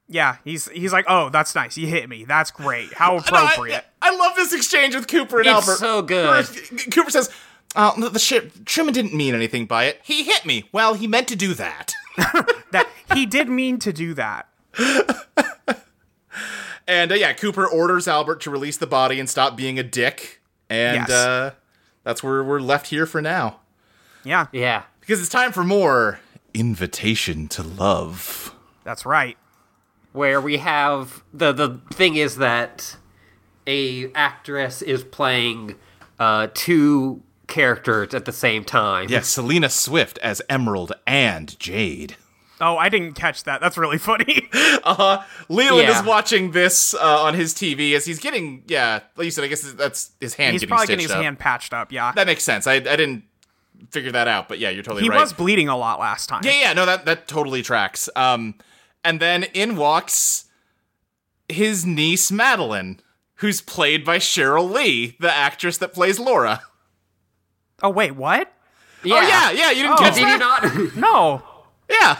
yeah, he's he's like, oh, that's nice. You hit me. That's great. How
No, I-
appropriate.
I, love this exchange with Cooper and
It's
Albert.
so good.
Cooper- Cooper says, uh, the- "The shit, Truman didn't mean anything by it. He hit me. Well, he meant to do that."
that he did mean to do that.
and uh, yeah, Cooper orders Albert to release the body and stop being a dick. And
Yes.
uh, that's where we're left here for now
Yeah,
yeah.
because it's time for more invitation to love.
that's right.
Where we have the the thing is that a actress is playing uh two characters at the same time.
Yes, Selena Swift as Emerald and Jade.
Oh, I didn't catch that. That's really funny.
Uh-huh. Leland
Yeah.
is watching this uh, on his TV as he's getting, yeah, like you said, I guess that's his hand
He's
getting
probably
stitched
getting his
up.
hand patched up. Yeah,
That makes sense. I, I didn't figure that out, but yeah, you're totally
he
right.
was bleeding a lot last time.
Yeah, yeah, no, that that totally tracks. Um, and then in walks his niece Madeline, who's played by Cheryl Lee, the actress that plays Laura.
Oh wait, what?
Yeah.
Oh yeah, yeah, you didn't
Oh.
catch
Did you
that?
not?
No.
Yeah,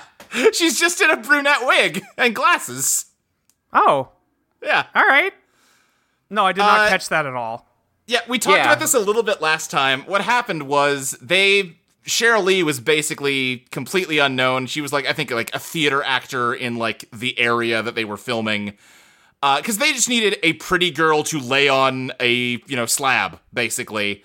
she's just in a brunette wig and glasses.
Oh,
Yeah,
all right. No, I did not
Uh,
catch that at all.
yeah, we talked
Yeah.
about this a little bit last time. What happened was they. Cheryl Lee was basically completely unknown. She was like, I think, like a theater actor in like the area that they were filming. because they just needed a pretty girl to lay on a you know slab basically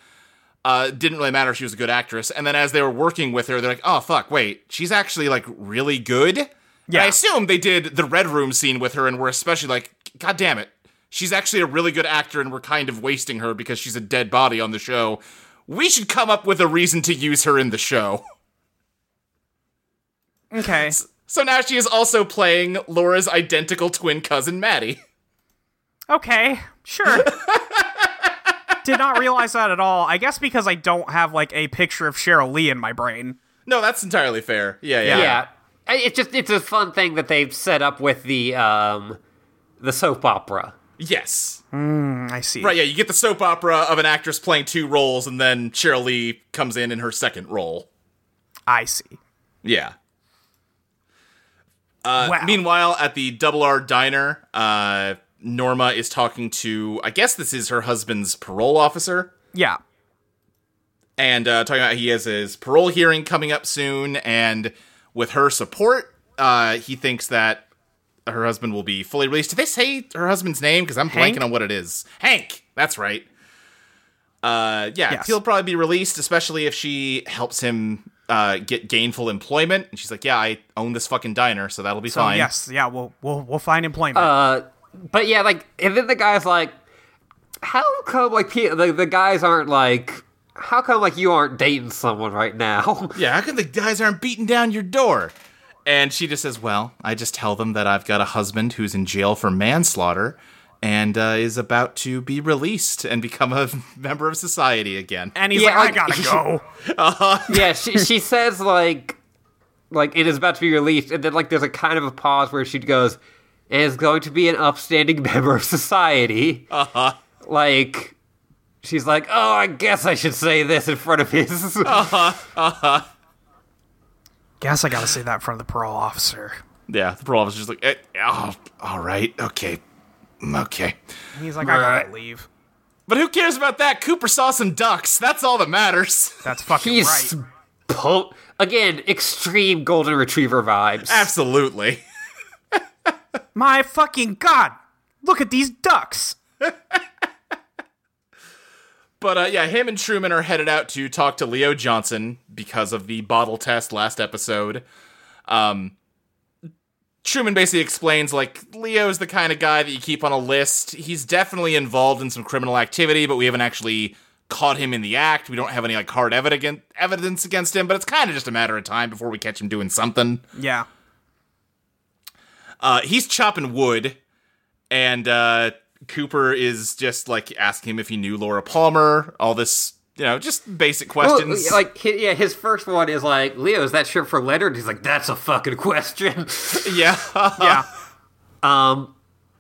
uh didn't really matter if she was a good actress and then as they were working with her they're like oh fuck wait she's actually like really good And
Yeah.
i assume they did the red room scene with her and were especially like god damn it she's actually a really good actor and we're kind of wasting her because she's a dead body on the show we should come up with a reason to use her in the show
Okay.
so now she is also playing laura's identical twin cousin maddie
Okay. Sure. did not realize that at all. I guess because I don't have like a picture of Cheryl Lee in my brain.
no that's entirely fair yeah, yeah.
yeah. I- It's just it's a fun thing that they've set up with the um the soap opera.
yes
I see.
Right, yeah, you get the soap opera of an actress playing two roles, and then Cheryl Lee comes in in her second role.
I see.
Yeah. Uh,
wow.
Meanwhile, at the Double R Diner, uh, Norma is talking to, I guess this is her husband's parole officer,
yeah.
and uh, talking about he has his parole hearing coming up soon, and with her support, uh, he thinks that her husband will be fully released. Did they say her husband's name? Because I'm
Hank?
blanking on what it is. Hank. That's right. Uh, yeah,
Yes.
he'll probably be released, especially if she helps him uh, get gainful employment. And she's like, "Yeah, I own this fucking diner, so that'll be
So,
fine."
yes. Yeah. We'll we'll we'll find employment.
But yeah, like and then the guys like, how come like pe- the the guys aren't like, how come like you aren't dating someone right now?
Yeah, how come the guys aren't beating down your door? And she just says, Well, I just tell them that I've got a husband who's in jail for manslaughter and uh, is about to be released and become a member of society again.
and he's
yeah,
like, I
like-
gotta go.
yeah, she she says like, like it is about to be released, and then like there's a kind of a pause where she goes, and is going to be an upstanding member of society. Uh huh. Like. She's like, oh, I guess I should say this in front of his.
Guess I gotta say that in front of the parole officer.
Yeah, the parole officer's like, eh, oh, All right, okay, mm, okay.
And he's like, I gotta
Right.
leave.
But who cares about that? Cooper saw some ducks. That's all that matters.
That's fucking
He's
right.
po- again extreme golden retriever vibes.
Absolutely.
My fucking god! Look at these ducks.
But uh, yeah, him and Truman are headed out to talk to Leo Johnson because of the bottle test last episode. Um, Truman basically explains like Leo's the kind of guy that you keep on a list. He's definitely involved in some criminal activity, but we haven't actually caught him in the act. We don't have any like hard evidence evidence against him, but it's kind of just a matter of time before we catch him doing something.
Yeah.
Uh, he's chopping wood, and uh, Cooper is just like asking him if he knew Laura Palmer. All this, you know, just basic
Well,
questions.
like hi- yeah, his first one is like, "Leo, is that shirt for Leonard?" He's like, "That's a fucking question."
yeah,
Yeah.
um,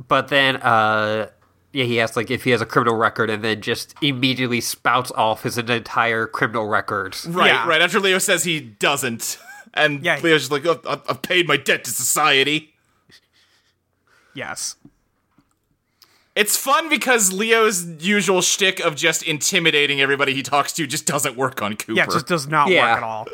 but then uh, yeah, he asks like if he has a criminal record, and then just immediately spouts off his entire criminal record.
right,
Yeah.
right. After Leo says he doesn't, and
Yeah.
Leo's just like, "Oh, I've, I've paid my debt to society.
yes.
It's fun because Leo's usual shtick of just intimidating everybody he talks to just doesn't work on Cooper.
Yeah, it just does not
Yeah.
work at all.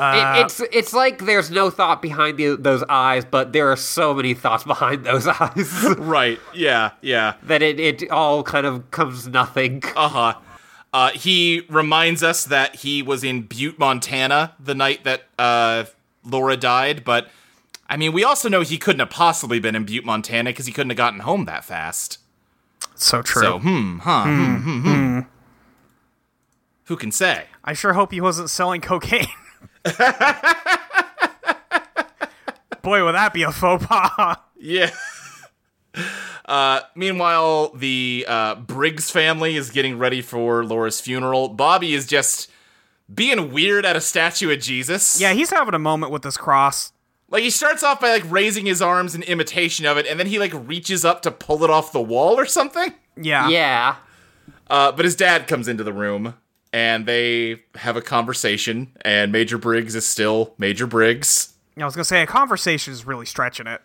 it, it's it's like there's no thought behind the, those eyes, but there are so many thoughts behind those eyes
right. Yeah, yeah.
that it, it all kind of comes nothing.
Uh-huh. Uh He reminds us that he was in Butte, Montana, the night that uh, Laura died. But I mean, we also know he couldn't have possibly been in Butte, Montana, because he couldn't have gotten home that fast.
So true.
So, hmm, huh? Hmm, hmm, hmm. Who can say?
I sure hope he wasn't selling cocaine. boy, would that be a faux pas?
Yeah. Uh, meanwhile, the uh, Briggs family is getting ready for Laura's funeral. Bobby is just being weird at a statue of Jesus.
yeah, he's having a moment with this cross.
Like he starts off by like raising his arms in imitation of it, and then he like reaches up to pull it off the wall or something.
Yeah.
Yeah.
Uh, but his dad comes into the room and they have a conversation, and Major Briggs is still Major Briggs.
I was gonna say a conversation is really stretching it.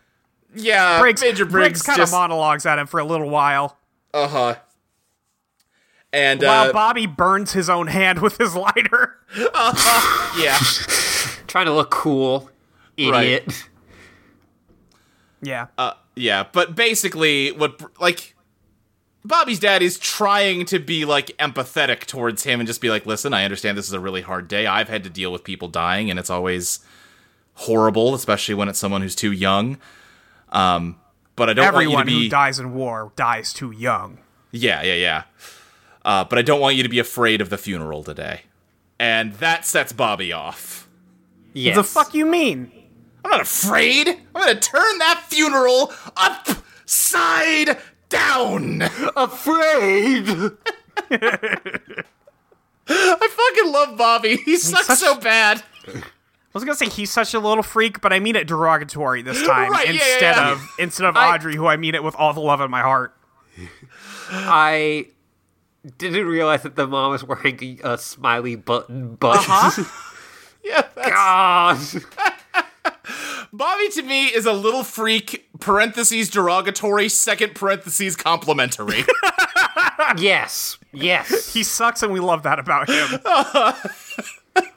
Yeah,
Briggs,
Major Briggs,
kind
just
of monologues at him for a little while
uh huh. And
while
uh,
Bobby burns his own hand with his lighter.
yeah,
Trying to look cool. Idiot.
Yeah.
Uh, yeah. But basically, what like Bobby's dad is trying to be like empathetic towards him and just be like, listen, I understand this is a really hard day. I've had to deal with people dying, and it's always horrible, especially when it's someone who's too young. Um, but I don't
Everyone
want you to be
who dies in war dies too young.
Yeah, yeah, yeah. Uh, but I don't want you to be afraid of the funeral today. And that sets Bobby off.
Yes.
The fuck you mean?
I'm not afraid. I'm gonna turn that funeral upside down. I
afraid?
fucking love Bobby. He sucks
such-
so bad.
I was gonna say he's such a little freak, but I mean it derogatory this time
Right, yeah, yeah,
instead
yeah.
of instead of
I-
Audrey, who I mean it with all the love in my heart.
I didn't realize that the mom was wearing a smiley button button.
Yeah, that's-
God.
Bobby to me is a little freak. Parentheses derogatory. Second parentheses complimentary.
Yes. Yes.
He sucks, and we love that about him.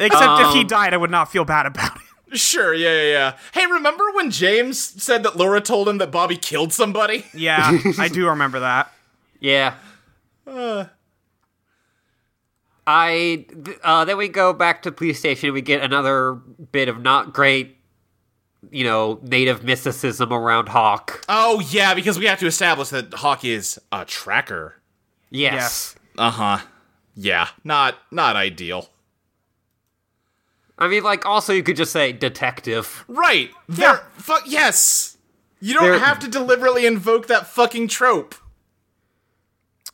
Except if he died, I would not feel bad about it.
sure. Yeah, yeah, yeah. Hey, remember when James said that Laura told him that Bobby killed somebody?
Yeah, I do remember that.
Yeah. Uh. I th- uh, then we go back to police station. We get another bit of not great, you know, native mysticism around Hawk.
Oh yeah, because we have to establish that Hawk is a tracker.
Yes.
Uh huh. Yeah, not not ideal.
I mean, like, also you could just say detective.
Right. They're, yeah. Fuck yes. You don't
They're-
have to deliberately invoke that fucking trope.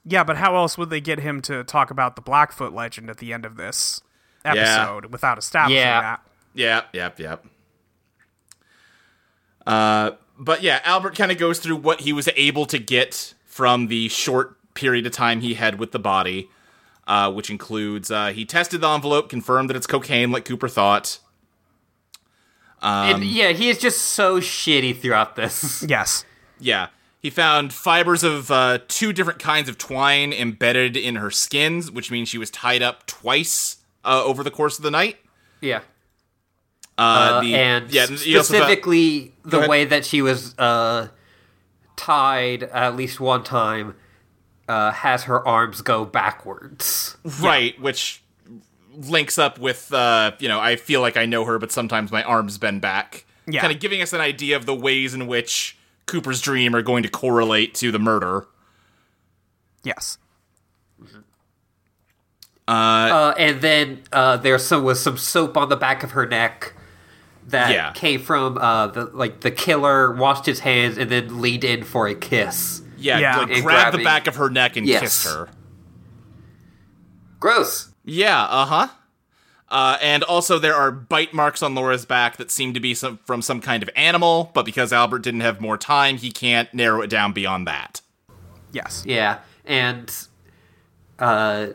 Yeah, but how else would they get him to talk about the Blackfoot legend at the end of this episode without establishing
Yeah.
that?
Yep, yep, yep. Uh, but yeah, Albert kind of goes through what he was able to get from the short period of time he had with the body, uh, which includes uh, he tested the envelope, confirmed that it's cocaine, like Cooper thought.
and yeah, he is just so shitty throughout this.
Yes.
Yeah. He found fibers of uh, two different kinds of twine embedded in her skins, which means she was tied up twice uh, over the course of the night.
Yeah.
Uh, the-
and
yeah, he also found-
specifically the
ahead.
way that she was uh, tied at least one time uh, has her arms go backwards.
Mm. right, which links up with uh, you know I feel like I know her, but sometimes my arms bend back.
Yeah.
kind of giving us an idea of the ways in which Cooper's dream are going to correlate to the murder.
Yes.
Uh, and then uh, there some, was some soap on the back of her neck that
Yeah.
came from uh, the like the killer washed his hands and then leaned in for a kiss.
Yeah,
Yeah.
like,
And
grab the
grabbing-
back of her neck and
Yes.
kissed her.
Gross.
Yeah, uh-huh. Uh, and also there are bite marks on Laura's back that seem to be some, from some kind of animal, but because Albert didn't have more time, he can't narrow it down beyond that.
Yes.
Yeah, and uh,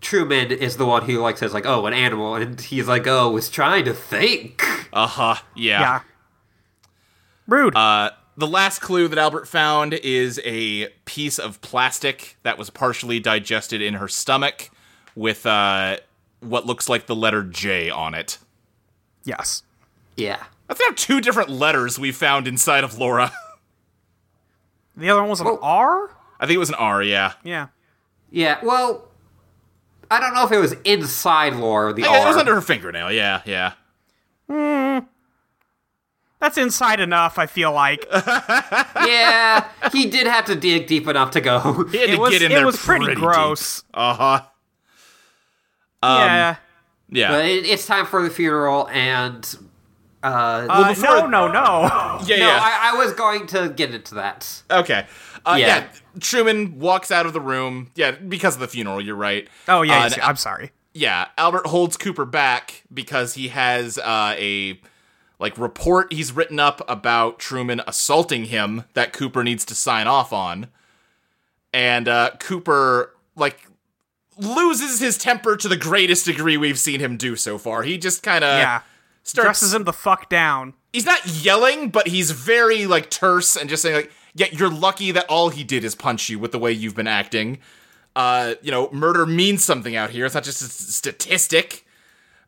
Truman is the one who like says like, "Oh, an animal," and he's like, "Oh, was trying to think."
Uh-huh, yeah.
Yeah. Rude.
Uh, the last clue that Albert found is a piece of plastic that was partially digested in her stomach with uh, what looks like the letter J on it.
yes.
Yeah,
That's now two different letters we found inside of Laura.
The other one was an R?
I think it was an R, yeah.
Yeah.
yeah. Well, I don't know if it was inside Laura or the
Yeah,
R.
It was under her fingernail, yeah, yeah.
That's inside enough, I feel like.
yeah, he did have to dig deep enough to go.
He had
It
to
was,
get in
it
there
was pretty, Um,
pretty
gross.
Uh huh.
yeah.
Yeah.
"Uh, But it, it's time for the funeral, and Uh,
Uh,
no,
no, no, no.
Yeah, yeah.
I, I was going to get into that.
Okay. Uh,
Yeah.
yeah. Truman walks out of the room. Yeah, because of the funeral, you're right.
Oh yeah,
Uh,
yes,
and-
I'm sorry.
yeah, Albert holds Cooper back because he has uh, a like report he's written up about Truman assaulting him that Cooper needs to sign off on. And uh, Cooper like loses his temper to the greatest degree we've seen him do so far. He just kind of
yeah,
starts
dresses him the fuck down.
he's not yelling, but he's very like terse and just saying like, "Yeah, you're lucky that all he did is punch you with the way you've been acting." Uh, you know, murder means something out here. It's not just a s- statistic.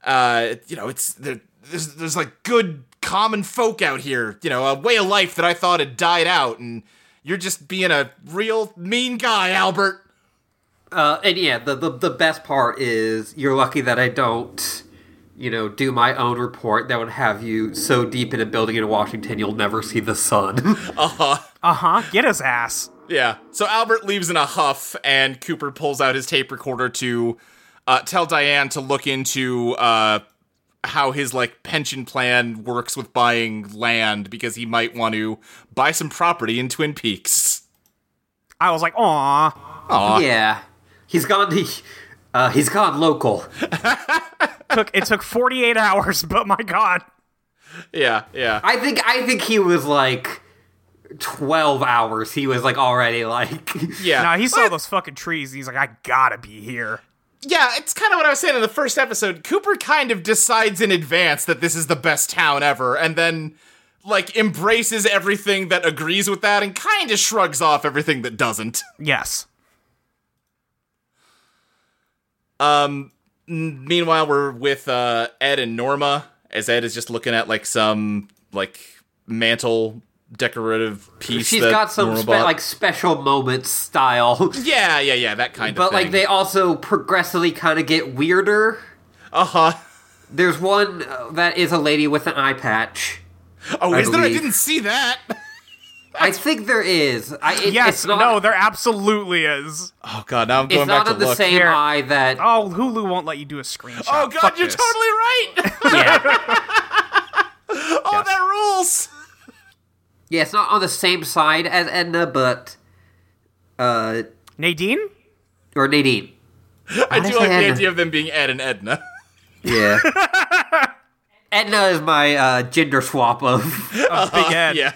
Uh, you know, it's there, there's there's like good common folk out here. You know, a way of life that I thought had died out, and you're just being a real mean guy, Albert.
Uh, and yeah, the, the the best part is you're lucky that I don't, you know, do my own report that would have you so deep in a building in Washington you'll never see the sun.
Uh huh. Get his ass.
Yeah. So Albert leaves in a huff, and Cooper pulls out his tape recorder to uh, tell Diane to look into uh, how his like pension plan works with buying land because he might want to buy some property in Twin Peaks.
I was like, aw.
yeah, he's gone. He, uh, he's gone local.
took it took 48 hours, but my god.
Yeah, yeah,
I think I think he was like twelve hours. He was like already like
yeah.
Now he saw
But-
those fucking trees and he's like, I gotta be here.
yeah, it's kind of what I was saying in the first episode. Cooper kind of decides in advance that this is the best town ever, and then like embraces everything that agrees with that, and kind of shrugs off everything that doesn't.
Yes.
meanwhile we're with uh, ed and norma as ed is just looking at like some like mantle decorative piece
she's
that
got some
Norma
spe-
bought.
like special moments style.
yeah yeah yeah that kind of
But like
thing.
they also progressively kind of get weirder.
uh-huh
There's one uh, that is a lady with an eye patch.
oh is there i
believe-
didn't see that
I think there is. I, it,
Yes.
it's not,
no, there absolutely is.
oh god now i'm going
it's
back
not
to
in the
look
same
Here.
eye that.
Oh, Hulu won't let you do a screenshot.
oh god
Fuck
you're
this.
totally right
Yeah.
oh that rules
yeah, it's not on the same side as Edna, but uh,
Nadine?
or Nadine.
i
did I
do
say
like the
Edna?
idea of them being ed and edna
Yeah. Edna is my uh, gender swap of.
Big Ed.
Uh, yeah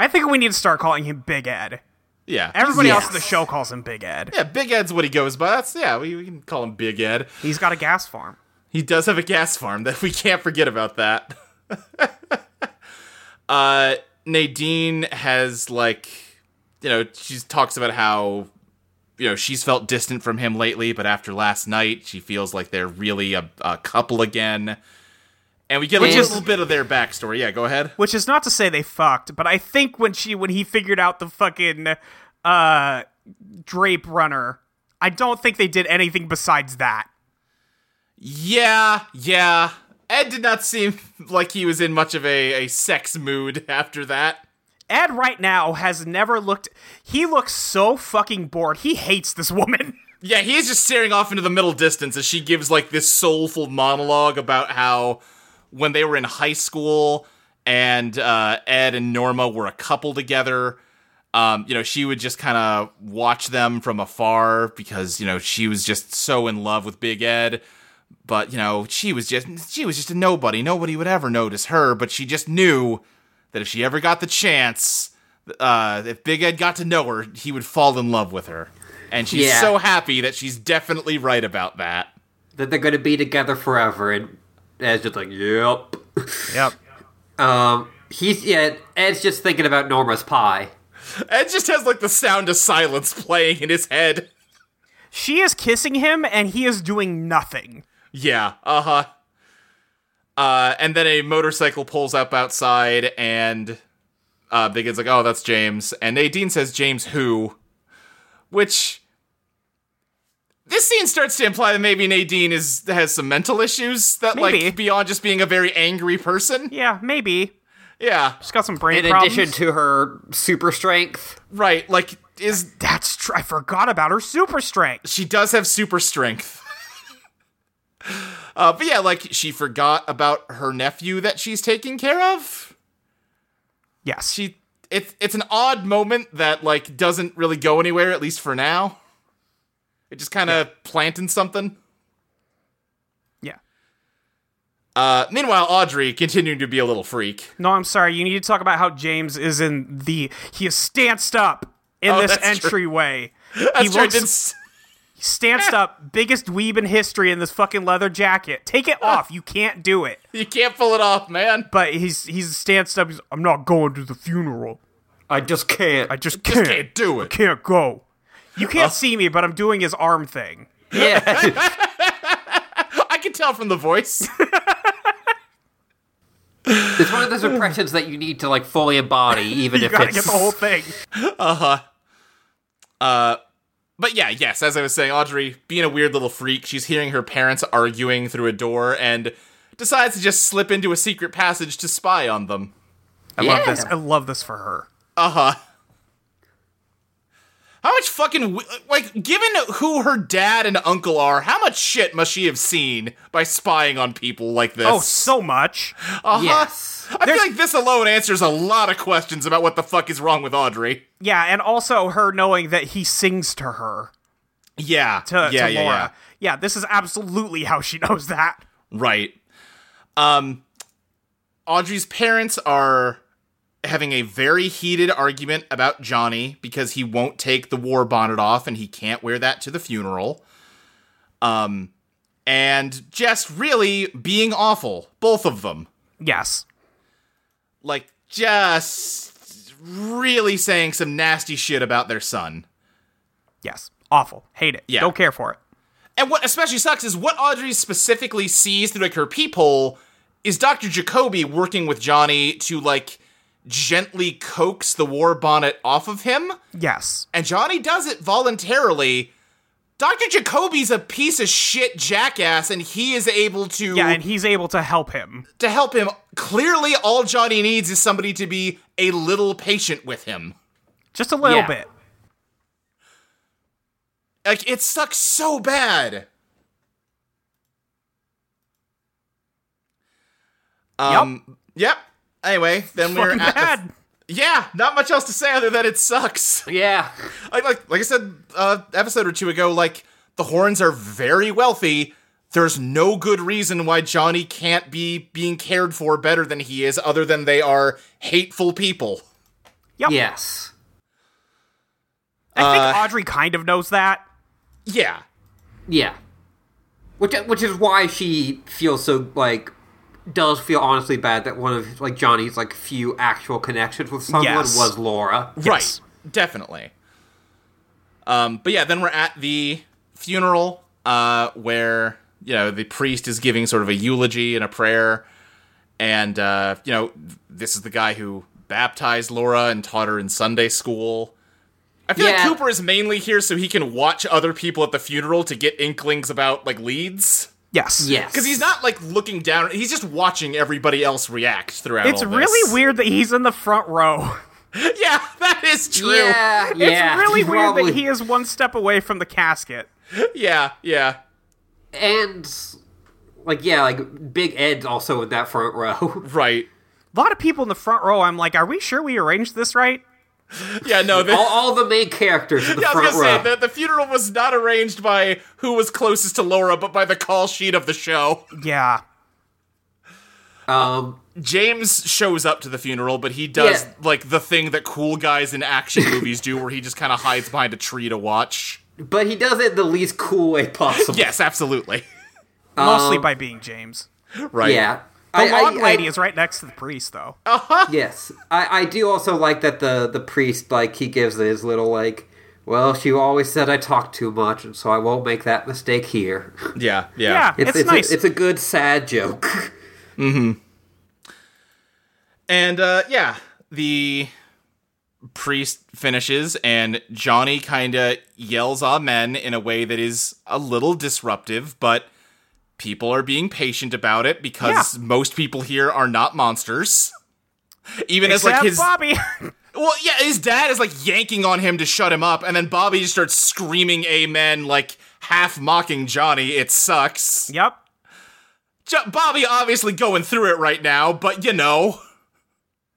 I think we need to start calling him Big Ed.
yeah
Everybody
Yes.
else in the show calls him Big Ed.
yeah big ed's what he goes by that's yeah we, we can call him big ed
He's got a gas farm.
He does have a gas farm that we can't forget about that. uh Nadine has like you know, she talks about how you know, she's felt distant from him lately, but after last night, she feels like they're really a, a couple again. And we get a
Which is-
little bit of their backstory. Yeah, go ahead.
Which is not to say they fucked, but I think when she when he figured out the fucking uh drape runner, I don't think they did anything besides that.
Yeah, yeah. Ed did not seem like he was in much of a, a sex mood after that.
Ed right now has never looked. He looks so fucking bored. He hates this woman.
Yeah, he is just staring off into the middle distance as she gives like this soulful monologue about how when they were in high school and uh, Ed and Norma were a couple together, um, you know, she would just kind of watch them from afar because you know she was just so in love with Big Ed. But you know, she was just she was just a nobody. Nobody would ever notice her. But she just knew that if she ever got the chance, uh, if Big Ed got to know her, he would fall in love with her. And she's
Yeah.
so happy that she's definitely right about that.
that they're going to be together forever. And Ed's just like, yep.
Yep.
Um, he's, yeah, Ed's just thinking about Norma's pie.
Ed just has like the sound of silence playing in his head.
She is kissing him, and he is doing nothing.
Yeah, uh huh. Uh, and then a motorcycle pulls up outside, and uh, Big Ed's like, "Oh, that's James." And Nadine says, "James who?" Which this scene starts to imply that maybe Nadine is has some mental issues that
Maybe.
like beyond just being a very angry person.
Yeah, maybe.
Yeah,
She's got some brain
In
problems.
addition to her super strength,
right. Like is
that's true. I forgot about her super strength.
she does have super strength. Uh, but yeah, like she forgot about her nephew that she's taking care of.
Yes.
She it's it's an odd moment that like doesn't really go anywhere at least for now. It just kind of planting something.
yeah.
Uh, meanwhile, Audrey continuing to be a little freak.
No, I'm sorry. You need to talk about how James is in the he is stanced up in
Oh,
this
that's true.
entryway.
That's
he
true, I
looks
did s-
stanced up, biggest dweeb in history in this fucking leather jacket. Take it off. You can't do it.
you can't pull it off, man.
But he's he's stanced up. He's, I'm not going to the funeral.
I just can't.
I just
Just
can't.
can't do it.
can't go. You can't see me, but I'm doing his arm thing.
yeah.
I can tell from the voice.
It's one of those impressions that you need to like fully embody, even
You
if
gotta
it's
get the whole thing.
But yeah, yes, as I was saying, Audrey, being a weird little freak, she's hearing her parents arguing through a door and decides to just slip into a secret passage to spy on them.
I love this.
Yeah.
I love this for her.
Uh-huh. How much fucking wi- like given who her dad and uncle are, how much shit must she have seen by spying on people like this?
Oh, so much.
Uh-huh.
Yes.
Oh,
I feel like this alone answers a lot of questions about what the fuck is wrong with Audrey.
Yeah, and also her knowing that he sings to her.
Yeah.
to,
yeah,
to
yeah,
Laura.
yeah.
Yeah, this is absolutely how she knows that.
Right. Um Audrey's parents are having a very heated argument about Johnny because he won't take the war bonnet off and he can't wear that to the funeral. Um and just really being awful, both of them.
Yes.
Like just really saying some nasty shit about their son.
Yes. Awful. Hate it.
Yeah.
Don't care for it.
And what especially sucks is what Audrey specifically sees through like her peephole is Dr. Jacoby working with Johnny to like gently coax the war bonnet off of him,
Yes.
and Johnny does it voluntarily. Dr. Jacoby's a piece of shit jackass, and he is able to
Yeah, and he's able to help him.
to help him. Clearly, all Johnny needs is somebody to be a little patient with him.
Just a little
Yeah.
bit.
Like it sucks so bad. Um. Yep. Anyway, then we're
Fucking
at the-
bad.
yeah. Not much else to say other than it sucks.
Yeah.
Like like, like I said, uh, episode or two ago, like the horns are very wealthy. There's no good reason why Johnny can't be being cared for better than he is, other than they are hateful people.
Yes.
I think
Uh,
Audrey kind of knows that.
Yeah.
Yeah. Which which is why she feels so like does feel honestly bad that one of like Johnny's like few actual connections with someone
Yes.
was Laura.
Yes.
Right. Definitely. Um, but yeah, then we're at the funeral uh, where you know the priest is giving sort of a eulogy and a prayer, and uh, you know this is the guy who baptized Laura and taught her in Sunday school. I feel like
Yeah.
Cooper is mainly here so he can watch other people at the funeral to get inklings about like leads.
Yes.
Yes.
Because he's not like looking down; he's just watching everybody else react throughout.
It's
all
really
this.
weird that he's in the front row.
Yeah, that is true.
Yeah.
It's
yeah.
really
he's
weird
probably-
that he is one step away from the casket.
yeah, yeah.
and like yeah like Big Ed's also in that front row.
Right.
A lot of people in the front row, I'm like, are we sure we arranged this right?
Yeah, no, the,
all, all the main characters in the
yeah, I was
front
gonna
row.
say that the funeral was not arranged by who was closest to Laura, but by the call sheet of the show.
Yeah.
um.
James shows up to the funeral, but he does
Yeah.
like the thing that cool guys in action movies do, where he just kind of hides behind a tree to watch.
But he does it the least cool way possible.
Yes, absolutely.
Mostly
Um,
by being James.
Right.
Yeah.
The
I- I-
long
I-
lady is right next to the priest, though.
Yes, I, I do also like that the the priest like he gives his little like. Well, she always said I talk too much, and so I won't make that mistake here.
Yeah.
yeah, it's,
it's
nice.
A, it's a good sad joke.
And uh, yeah, the priest finishes, and Johnny kind of yells "Amen" in a way that is a little disruptive, but people are being patient about it because
Yeah.
most people here are not monsters. Even as like
Except
his
Bobby.
well, yeah, his dad is like yanking on him to shut him up, and then Bobby just starts screaming "Amen," like half mocking Johnny. It sucks.
yep.
J- Bobby obviously going through it right now, but you know,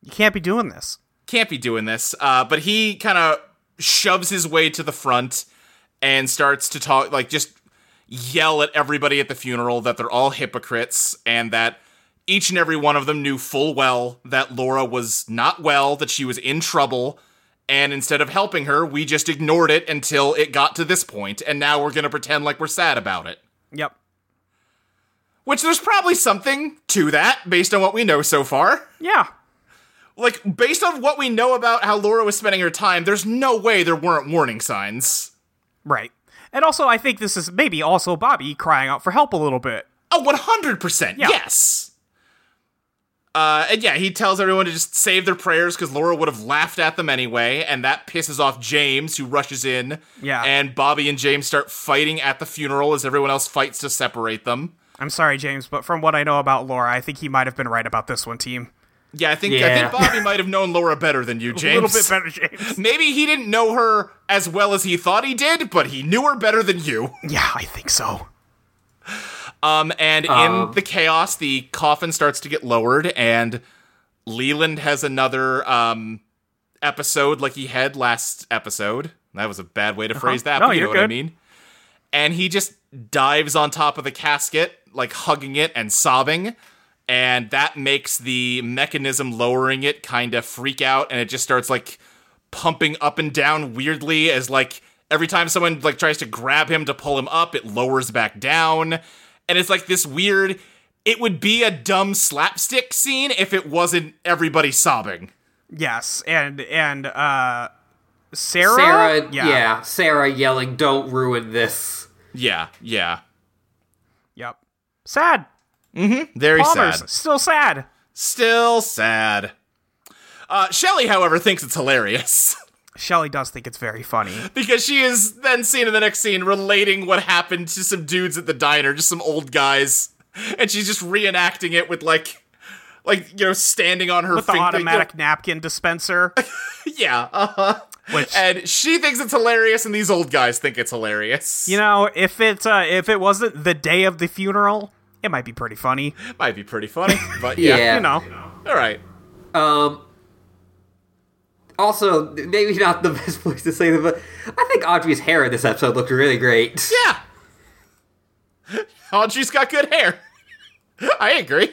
You can't be doing this.
can't be doing this. Uh, but he kind of shoves his way to the front and starts to talk, like just yell at everybody at the funeral that they're all hypocrites and that each and every one of them knew full well that Laura was not well, that she was in trouble. And instead of helping her, we just ignored it until it got to this point, and now we're gonna pretend like we're sad about it.
Yep.
Which there's probably something to that based on what we know so far.
Yeah.
Like, based on what we know about how Laura was spending her time, there's no way there weren't warning signs.
Right. And also, I think this is maybe also Bobby crying out for help a little bit.
Oh, 100%. Yes. Uh, and yeah, he tells everyone to just save their prayers because Laura would have laughed at them anyway, and that pisses off James, who rushes in.
Yeah.
And Bobby and James start fighting at the funeral as everyone else fights to separate them.
I'm sorry, James, but from what I know about Laura, I think he might have been right about this one, team.
Yeah, I think I
Yeah.
think Bobby might have known Laura better than you, James.
A little bit better, James.
Maybe he didn't know her as well as he thought he did, but he knew her better than you.
yeah, I think so.
Um, and in the chaos, the coffin starts to get lowered, and Leland has another um episode like he had last episode. That was a bad way to phrase
Uh-huh.
that,
No,
but you know
you're
what I
good.
mean. And he just dives on top of the casket, like hugging it and sobbing. And that makes the mechanism lowering it kind of freak out, and it just starts like pumping up and down weirdly as like every time someone like tries to grab him to pull him up it lowers back down and it's like this weird it would be a dumb slapstick scene if it wasn't everybody sobbing
Yes, and and uh, Sarah.
Sarah, yeah. Sarah yelling, "Don't ruin this."
yeah yeah
Yep. Sad.
very
Palmer's
sad
still sad.
still sad uh shelly however thinks it's hilarious
Shelley does think it's very funny.
because she is then seen in the next scene relating what happened to some dudes at the diner, just some old guys, and she's just reenacting it with like, like you know, standing on her
With the
finger-
automatic napkin dispenser,
yeah, uh huh.
which
And she thinks it's hilarious, and these old guys think it's hilarious.
you know, if it uh, if it wasn't the day of the funeral, it might be pretty funny.
might be pretty funny, but yeah,
You know,
all right.
Um. Also, maybe not the best place to say that, but I think Audrey's hair in this episode looked really great.
Yeah, Audrey's got good hair. I agree.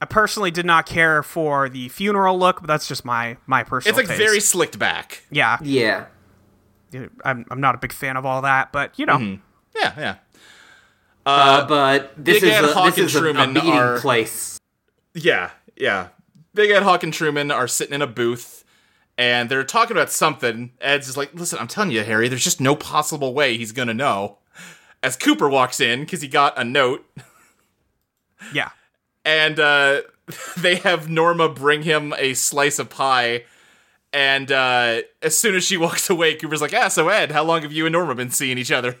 I personally did not care for the funeral look, but that's just my my
It's
personal.
like
taste.
very slicked back.
yeah.
Yeah.
I'm I'm not a big fan of all that, but you know,
Yeah, yeah.
Uh, but this
Big
is
Ed,
a,
Hawk,
this is
and
a, a
Truman
meeting
are-
place.
Yeah, yeah. Big Ed, Hawk, and Truman are sitting in a booth, and they're talking about something. Ed's just like, "Listen, I'm telling you, Harry, there's just no possible way he's gonna know." As Cooper walks in because he got a note,
yeah.
and uh, they have Norma bring him a slice of pie. And uh, as soon as she walks away, Cooper's like, "Ah, so Ed, how long have you and Norma been seeing each other?"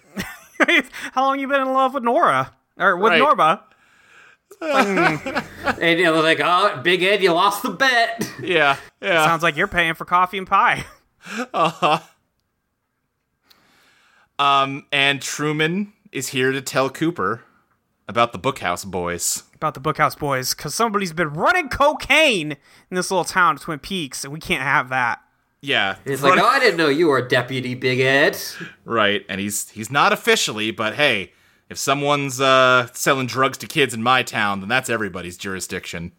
How long you been in love with Nora or with
Right.
Norma?
And you know, like, oh, Big Ed, you lost the bet.
yeah, yeah.
Sounds like you're paying for coffee and pie.
Um, and Truman is here to tell Cooper about the Bookhouse Boys.
About the Bookhouse Boys, because somebody's been running cocaine in this little town of Twin Peaks, and we can't have that.
Yeah,
It's like,
Run-
oh, I didn't know you were a deputy, Big Ed.
Right, and he's he's not officially, but hey, if someone's uh, selling drugs to kids in my town, then that's everybody's jurisdiction.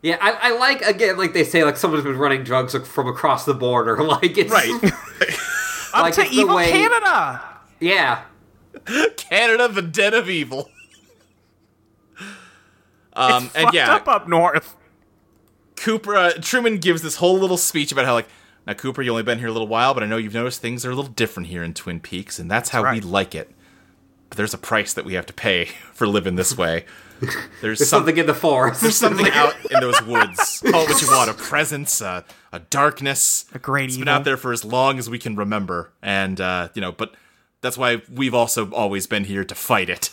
Yeah, I, I like again, like they say, like someone's been running drugs like, from across the border. Like it's
Right.
Up
Like,
to
it's the
evil
way-
Canada.
Yeah.
Canada, the dead of evil. Um,
it's
and
fucked
yeah,
up up north.
Cooper uh, Truman gives this whole little speech about how like now Cooper, you only been here a little while, but I know you've noticed things are a little different here in Twin Peaks, and that's how we
right.
like it. But there's a price that we have to pay for living this way. There's something.
Something in the forest.
There's something out in those woods. Call it what you want a presence, a, a darkness.
A great
It's been
evil.
out there for as long as we can remember. And, uh, you know, but that's why we've also always been here to fight it.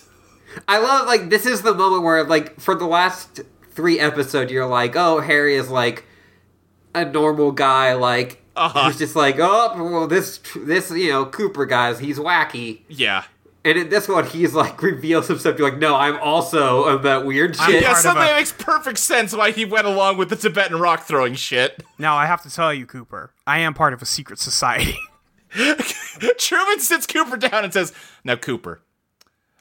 I love like this is the moment where like for the last three episodes you're like, oh, Harry is like a normal guy, like
Uh-huh.
who's just like, oh, well, this this you know Cooper guys, he's wacky,
Yeah.
And in this one, he's like reveals himself. You're like, no, I'm also of that weird shit.
Yeah,
part of
suddenly
a-
it makes perfect sense why he went along with the Tibetan rock throwing shit.
Now I have to tell you, Cooper, I am part of a secret society.
Truman sits Cooper down and says, Now, Cooper,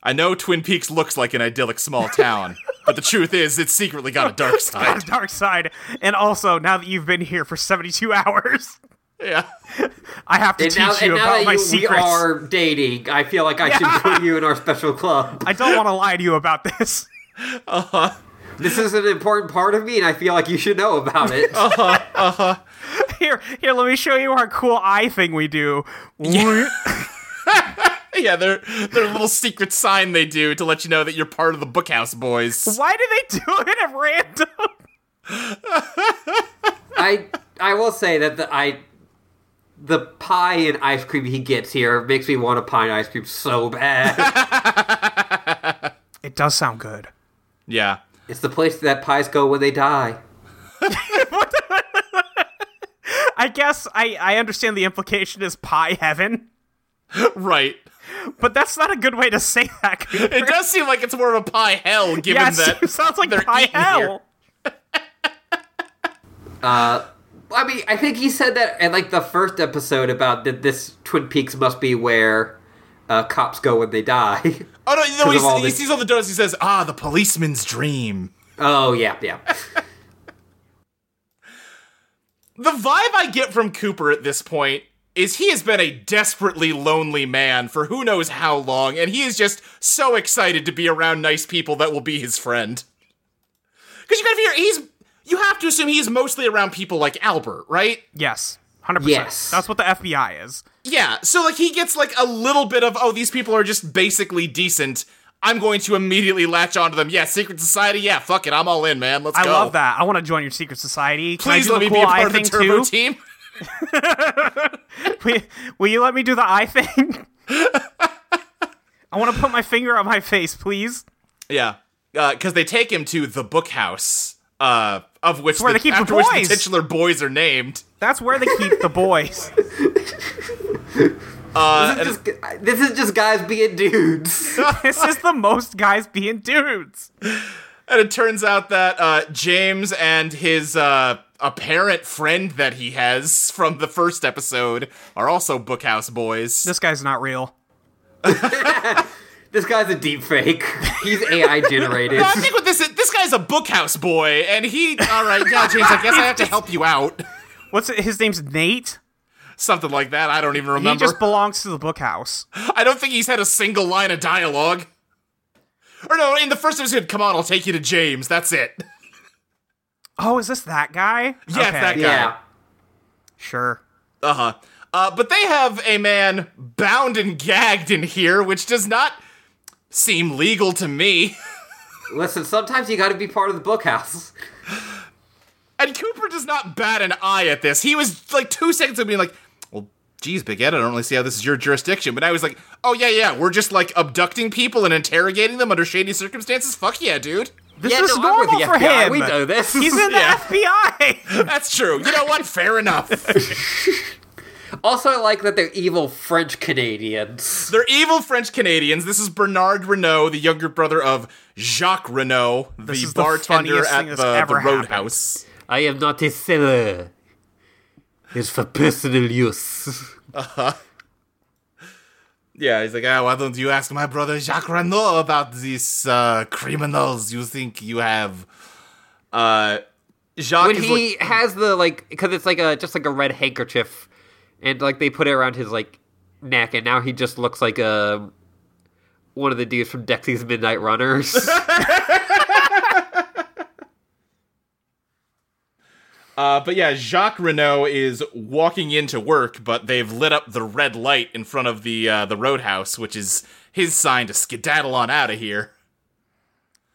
I know Twin Peaks looks like an idyllic small town, but the truth is, it's secretly got a dark side.
Dark side. And also, now that you've been here for 72 hours,
Yeah.
I have to
And
teach
now,
you
and now
about my
that you, we
secrets.
are dating, I feel like I should put you in our special club.
I don't want to lie to you about this.
This is an important part of me, and I feel like you should know about it.
Here, here, let me show you our cool eye thing we do.
Yeah, their their little secret sign they do to let you know that you're part of the Bookhouse Boys.
Why do they do it at random?
I I will say that the I the pie and ice cream he gets here makes me want a pie and ice cream so bad.
It does sound good.
Yeah.
it's the place that pies go when they die.
I guess I, I understand the implication is pie heaven,
Right.
but that's not a good way to say that. Cooper.
It does seem like it's more of a pie hell given
yeah, it
that
seems- sounds like
they're
pie
eating
hell.
here.
I mean, I think he said that in like the first episode about that this Twin Peaks must be where uh, cops go when they die.
Oh no, you know,
of all
he, he
this-
sees all the donuts, he says, Ah, the policeman's dream.
oh yeah, yeah.
The vibe I get from Cooper at this point is he has been a desperately lonely man for who knows how long, and he is just so excited to be around nice people that will be his friend. Because you gotta figure he's you have to assume he's mostly around people like Albert, right?
Yes, hundred
Yes.
percent. That's what the FBI is.
Yeah, so like he gets like a little bit of oh these people are just basically decent. I'm going to immediately latch onto them. Yeah, secret society. Yeah, fuck it, I'm all in, man. Let's
I
go.
love that. I want to join your secret society. Can I
Please
do
let
the
me
cool
be a
eye
part of the
thing
Turbo
too?
team.
Will, will you let me do the eye thing? I want to put my finger on my face, please.
Yeah, because they take him to the book house, uh, of which
where they keep the
after which
boys.
the titular boys are named.
That's where they keep the boys.
this, is just, this is just guys being dudes.
This is the most guys being dudes.
And it turns out that uh, James and his uh, apparent friend that he has from the first episode are also bookhouse boys.
This guy's not real.
this guy's a deep fake. He's AI generated.
I think what this is, this guy's a bookhouse boy, and he, all right, yeah, James, I guess I have to help you out.
What's it, his name's Nate?
Something like that. I don't even
He
remember.
just belongs to the bookhouse.
I don't think he's had a single line of dialogue. Or no, in the first episode, come on, I'll take you to James. That's it.
Oh, is this that guy?
Yeah, it's that guy.
yeah.
Sure.
Uh-huh. Uh, but they have a man bound and gagged in here, which does not seem legal to me.
Listen, sometimes you got to be part of the bookhouse.
And Cooper does not bat an eye at this. He was like two seconds of being like, well, geez, Big Ed, I don't really see how this is your jurisdiction. But now he's like, oh, yeah, yeah, we're just like abducting people and interrogating them under shady circumstances. Fuck yeah, dude.
This
Yeah,
is
no, I'm with
normal
the
for
FBI.
him.
We know this.
He's in the
Yeah.
FBI.
That's true. You know what? Fair enough.
Also, I like that they're evil French Canadians.
They're evil French Canadians. This is Bernard Renault, the younger brother of Jacques Renault,
This
the
is the
bartender
funniest
at
thing
the,
that's
the
ever happened.
Roadhouse.
I am not a seller. It's for personal use.
Yeah, he's like, ah, why don't you ask my brother Jacques Renault about these uh, criminals you think you have? Uh, Jacques
When
is
he
like,
has the like, because it's like a just like a red handkerchief, and like they put it around his like neck, and now he just looks like a one of the dudes from Dexy's Midnight Runners.
uh, but yeah, Jacques Renault is walking into work, but they've lit up the red light in front of the uh, the Roadhouse, which is his sign to skedaddle on out of here.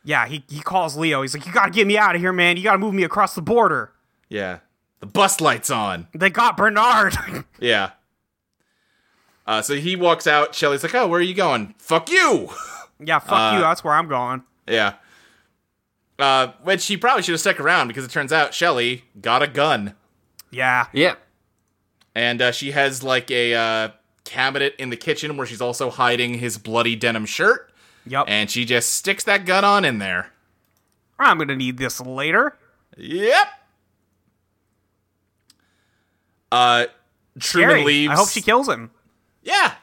yeah, he, he calls Leo. He's like, You gotta get me out of here, man. You gotta move me across the border.
Yeah, the bus light's on.
They got Bernard.
Yeah. Uh, so he walks out. Shelly's like, "Oh, where are you going? Fuck you!"
yeah, fuck
Uh,
you. That's where I'm going.
yeah. Uh, which she probably should have stuck around because it turns out Shelly got a gun,
Yeah.
yeah.
and uh, she has like a uh, cabinet in the kitchen where she's also hiding his bloody denim shirt,
Yep.
and she just sticks that gun on in there.
I'm gonna need this later.
Yep. Uh, Truman
Gary,
leaves.
I hope she kills him.
Yeah.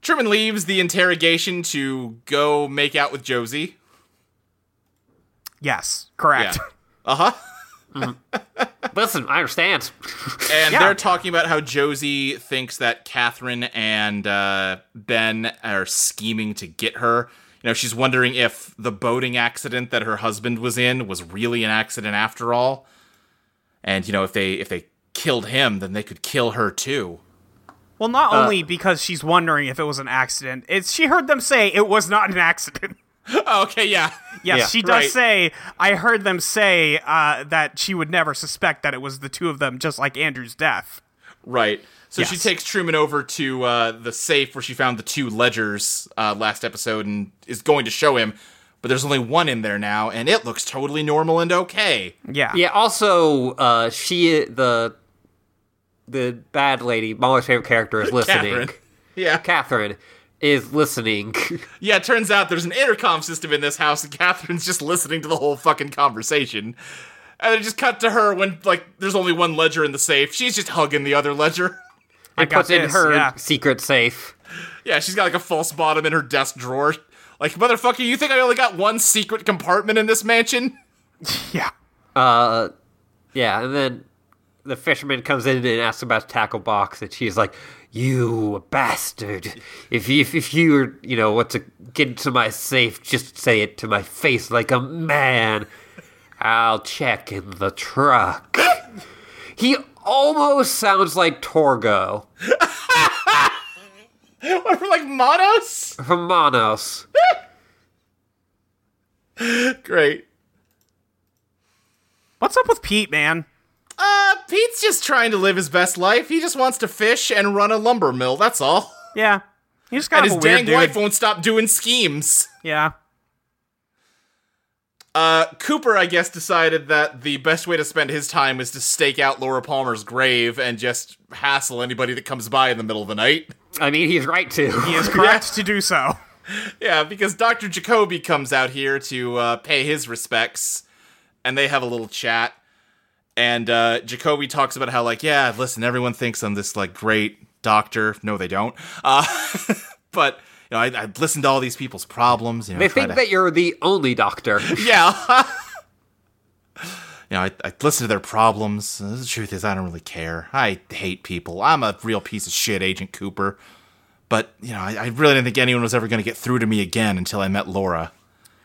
Truman leaves the interrogation to go make out with Josie.
Yes, correct.
Yeah. Uh huh.
Listen, I understand.
And
Yeah.
they're talking about how Josie thinks that Catherine and uh, Ben are scheming to get her. You know, she's wondering if the boating accident that her husband was in was really an accident after all. And you know, if they if they killed him, then they could kill her too.
Well,
Uh,
not only because she's wondering if it was an accident, it's she heard them say it was not an accident.
Oh, okay, yeah.
Yes,
Yeah.
she does
Right.
say. I heard them say uh, that she would never suspect that it was the two of them, just like Andrew's death.
Right. So she
Yes.
takes Truman over to uh, the safe where she found the two ledgers uh, last episode and is going to show him, but there's only one in there now, and it looks totally normal and okay.
Yeah.
yeah. Also, uh, she the the bad lady, Molly's favorite character, is listening.
Catherine. Yeah.
Catherine is listening.
yeah, it turns out there's an intercom system in this house, and Catherine's just listening to the whole fucking conversation. And it just cut to her when, like, there's only one ledger in the safe. She's just hugging the other ledger.
I
and puts in
this,
her
yeah.
secret safe.
Yeah, she's got like a false bottom in her desk drawer. Like, motherfucker, you think I only got one secret compartment in this mansion?
Yeah.
Yeah, and then the fisherman comes in and asks about the tackle box, and she's like, "You bastard! If you, if, if you were, you know, what to get into my safe, just say it to my face like a man. I'll check in the truck." he almost sounds like Torgo
What, from like Monos?
from Monos.
Great.
What's up with Pete, man?
Uh, Pete's just trying to live his best life. He just wants to fish and run a lumber mill, that's all.
Yeah. He's just
And
kind
his
of a weird
dang
dude.
wife won't stop doing schemes.
Yeah.
Uh, Cooper, I guess, decided that the best way to spend his time is to stake out Laura Palmer's grave and just hassle anybody that comes by in the middle of the night.
I mean, he's right
He
to.
is correct to do so.
Yeah, because Dr. Jacoby comes out here to uh, pay his respects, and they have a little chat. And uh, Jacoby talks about how, like, yeah, listen, everyone thinks I'm this, like, great doctor. No, they don't. Uh, but, you know, I, I listened to all these people's problems. You know,
They
try
think
to-
that you're the only doctor.
Yeah. you know, I, I listen to their problems. The truth is, I don't really care. I hate people. I'm a real piece of shit, Agent Cooper. But, you know, I, I really didn't think anyone was ever going to get through to me again until I met Laura.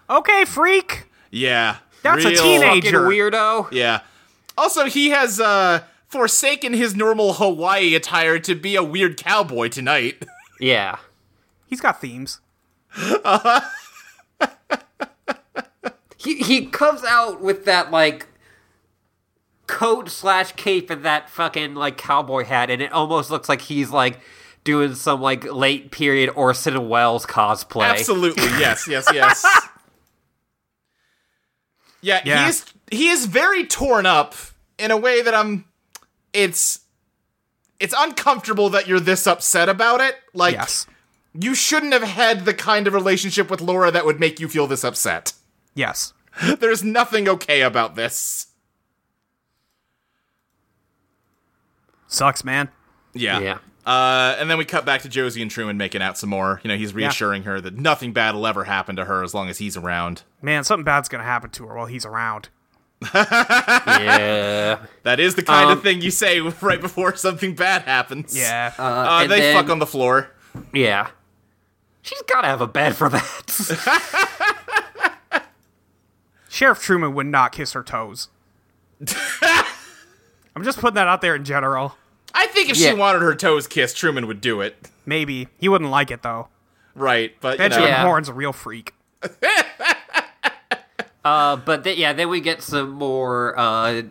Okay, freak.
Yeah.
That's a
real-
Fucking
teenage- Major.
weirdo.
Yeah. Also, he has uh, forsaken his normal Hawaii attire to be a weird cowboy tonight.
Yeah.
He's got themes.
he he comes out with that like coat slash cape and that fucking like cowboy hat, and it almost looks like he's like doing some like late period Orson Welles cosplay.
Absolutely, yes, yes, yes. yeah,
Yeah.
he is he is very torn up in a way that I'm it's it's uncomfortable that you're this upset about it. Like
Yes.
you shouldn't have had the kind of relationship with Laura that would make you feel this upset.
Yes.
There's nothing okay about this.
Sucks, man.
Yeah.
Yeah.
Uh, and then we cut back to Josie and Truman making out some more. You know, he's reassuring her that nothing bad will ever happen to her as long as he's around.
Man, something bad's gonna happen to her while he's around.
Yeah.
That is the kind
Um,
of thing you say right before something bad happens.
Yeah.
Uh,
and
they
then-
fuck on the floor.
Yeah. She's got to have a bed for that.
Sheriff Truman would not kiss her toes. I'm just putting that out there in general.
I think if
Yeah.
she wanted her toes kissed, Truman would do it.
Maybe. He wouldn't like it though.
Right, but you know,
Benjamin
Yeah.
Horn's a real freak.
uh, but th- yeah, then we get some more uh,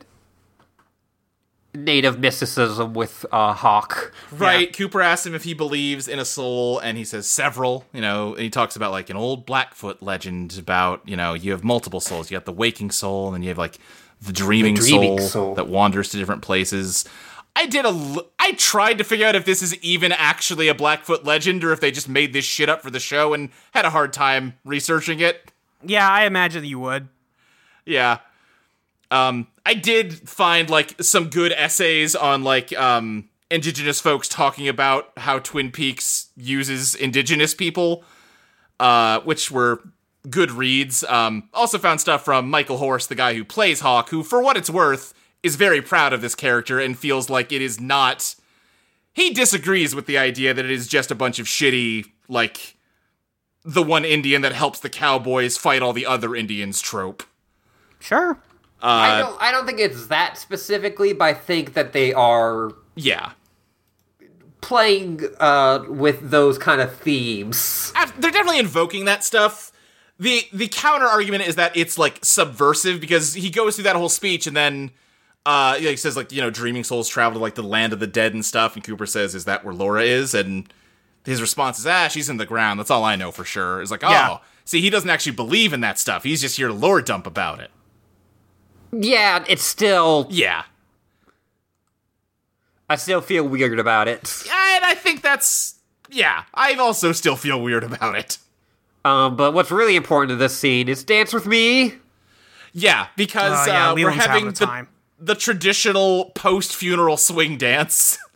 native mysticism with uh, Hawk.
right. Cooper asks him if he believes in a soul, and he says several. You know, and he talks about like an old Blackfoot legend about you know you have multiple souls. You got the waking soul, and then you have like the dreaming,
dreaming
soul,
soul.
that wanders to different places. I did a. L- I tried to figure out if this is even actually a Blackfoot legend or if they just made this shit up for the show and had a hard time researching it.
Yeah, I imagine you would.
Yeah. Um, I did find like some good essays on like um indigenous folks talking about how Twin Peaks uses indigenous people, uh, which were good reads. Um, also found stuff from Michael Horst, the guy who plays Hawk, who, for what it's worth, is very proud of this character and feels like it is not. He disagrees with the idea that it is just a bunch of shitty like the one Indian that helps the cowboys fight all the other Indians trope.
Sure.
Uh,
I don't. I don't think it's that specifically, but I think that they are
Yeah.
playing uh, with those kind of themes.
af- they're definitely invoking that stuff. The the counter argument is that it's like subversive because he goes through that whole speech and then uh he like, says like you know dreaming souls travel to like the land of the dead and stuff and Cooper says is that where Laura is and his response is ah she's in the ground that's all I know for sure it's like oh
Yeah.
see he doesn't actually believe in that stuff he's just here to lore dump about it
Yeah, it's still.
yeah
I still feel weird about it.
and I think that's yeah I also still feel weird about it
Um, but what's really important to this scene is dance with me.
yeah because
Oh, yeah,
uh, we're
Leland's having
having
a
the,
time.
the traditional post funeral swing dance.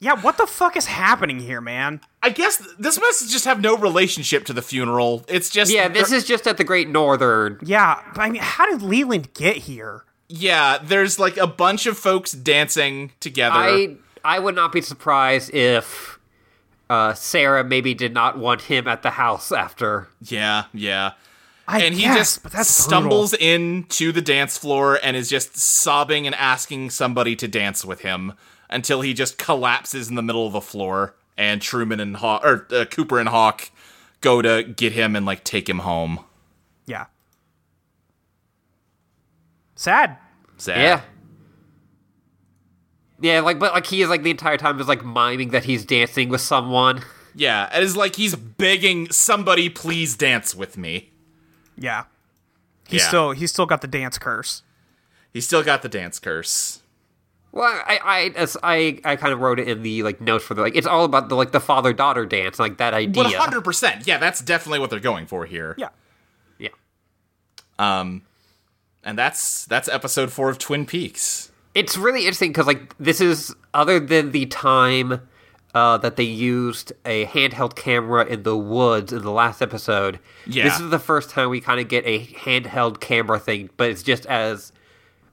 Yeah, what the fuck is happening here, man?
I guess th- this must just have no relationship to the funeral. It's just
Yeah, this is just at the Great Northern.
Yeah, but I mean, how did Leland get here?
yeah. There's like a bunch of folks dancing together.
I I would not be surprised if uh, Sarah maybe did not want him at the house after.
yeah, yeah.
I
And he
guess,
just
but that's
stumbles into the dance floor and is just sobbing and asking somebody to dance with him until he just collapses in the middle of the floor. And Truman and Hawk or uh, Cooper and Hawk go to get him and like take him home.
brutal. Yeah. Sad.
Sad.
Yeah. Yeah, like but like he is like the entire time is like miming that he's dancing with someone.
yeah. It is like he's begging somebody, please dance with me.
Yeah. He's
Yeah.
still he's still got the dance curse.
He's still got the dance curse.
Well, I I as- I, I kind of wrote it in the like notes for the like it's all about the like the father daughter dance like that idea.
One hundred percent. Yeah, that's definitely what they're going for here.
Yeah.
Yeah.
and that's that's episode four of Twin Peaks.
It's really interesting because like this is other than the time uh, that they used a handheld camera in the woods in the last episode.
Yeah.
this is the first time we kind of get a handheld camera thing, but it's just as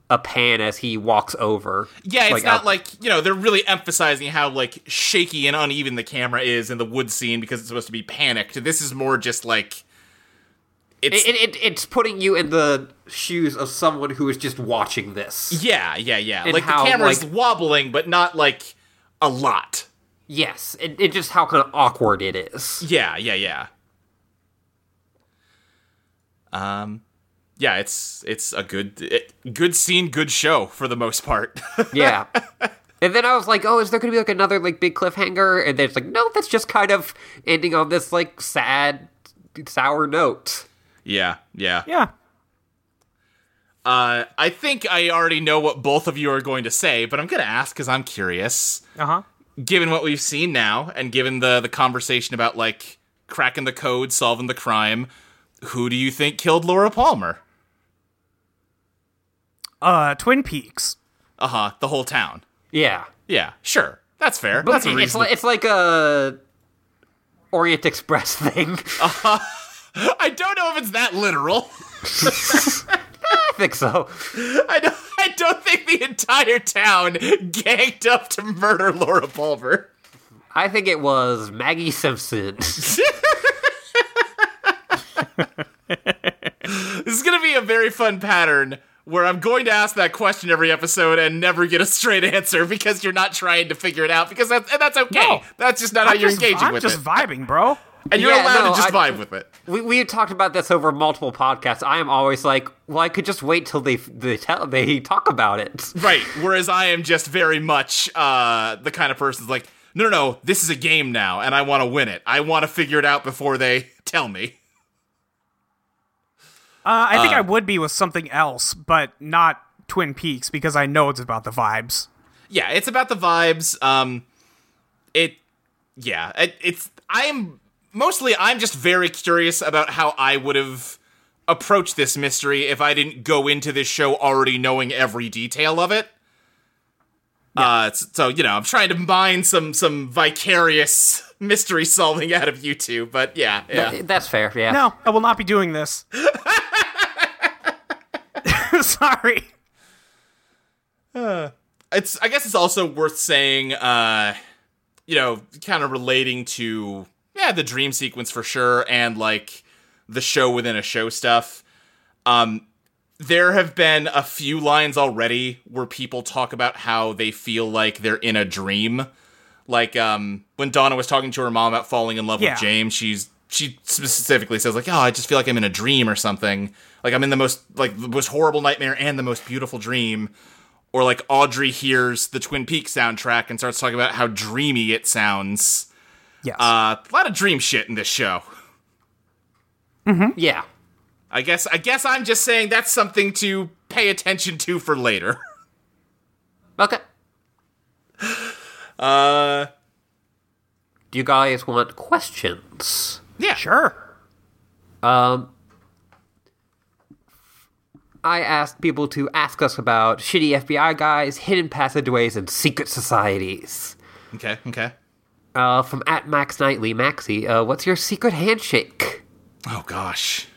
a pan as he walks over.
Yeah, it's
out-
not like you know they're really emphasizing how like shaky and uneven the camera is in the wood scene because it's supposed to be panicked. This is more just like it's
it, it, it- it's putting you in the shoes of someone who is just watching this.
yeah, yeah, yeah.
And
Like
how,
the camera's
like-
wobbling, but not like a lot.
Yes, and and just how kind of awkward it is.
Yeah, yeah, yeah. Um, yeah, it's it's a good it, good scene, good show for the most part.
Yeah. And then I was like, "Oh, is there going to be like another like big cliffhanger?" And then it's like, "No, that's just kind of ending on this like sad, sour note."
yeah, yeah.
Yeah.
Uh, I think I already know what both of you are going to say, but I'm going to ask because I'm curious.
Uh-huh.
Given what we've seen now, and given the the conversation about like cracking the code, solving the crime, who do you think killed Laura Palmer?
Uh Twin Peaks.
Uh huh. The whole town.
Yeah,
Yeah, sure. That's fair.
but
That's a
it's
reason.
like, it's like a Orient Express thing.
Oh. I don't know if it's that literal.
I think so.
I don't, I don't think the entire town ganged up to murder Laura Palmer.
I think it was Maggie Simpson.
This is going to be a very fun pattern where I'm going to ask that question every episode and never get a straight answer because you're not trying to figure it out because that's, and that's okay.
No.
that's just not how you're
Just-
engaging
I'm
with
just
it.
vibing, bro.
and you're
Yeah,
allowed
no,
to just
I-
vibe with it.
we we talked about this over multiple podcasts. I am always like, "Well, I could just wait till they they tell they talk about it."
Right. Whereas I am just very much uh, the kind of person that's like, no, no, no, this is a game now and I want to win it. I want to figure it out before they tell me.
Uh, I think I would be with something else, but not Twin Peaks because I know it's about the vibes.
yeah, it's about the vibes. Um, it, yeah, it, it's. I'm mostly. I'm just very curious about how I would have approached this mystery if I didn't go into this show already knowing every detail of it. Uh, s- so you know, I'm trying to mine some some vicarious mystery solving out of you two, but yeah, yeah.
That's fair, yeah.
No, I will not be doing this. Sorry.
it's I guess it's also worth saying, uh, you know, kind of relating to yeah the dream sequence for sure, and like the show within a show stuff. Um, there have been a few lines already where people talk about how they feel like they're in a dream. Like um, when Donna was talking to her mom about falling in love
Yeah.
with James, she's she specifically says like, "Oh, I just feel like I'm in a dream or something. Like I'm in the most like the most horrible nightmare and the most beautiful dream." or like Audrey hears the Twin Peaks soundtrack and starts talking about how dreamy it sounds.
Yes.
Uh, a lot of dream shit in this show.
Yeah.
I guess I guess I'm just saying that's something to pay attention to for later.
Okay.
Uh,
Do you guys want questions?
yeah,
sure.
Um, I asked people to ask us about shitty FBI guys, hidden passageways, and secret societies.
Okay, okay.
Uh, from at Max Knightley, Maxie, uh, what's your secret handshake?
Oh gosh.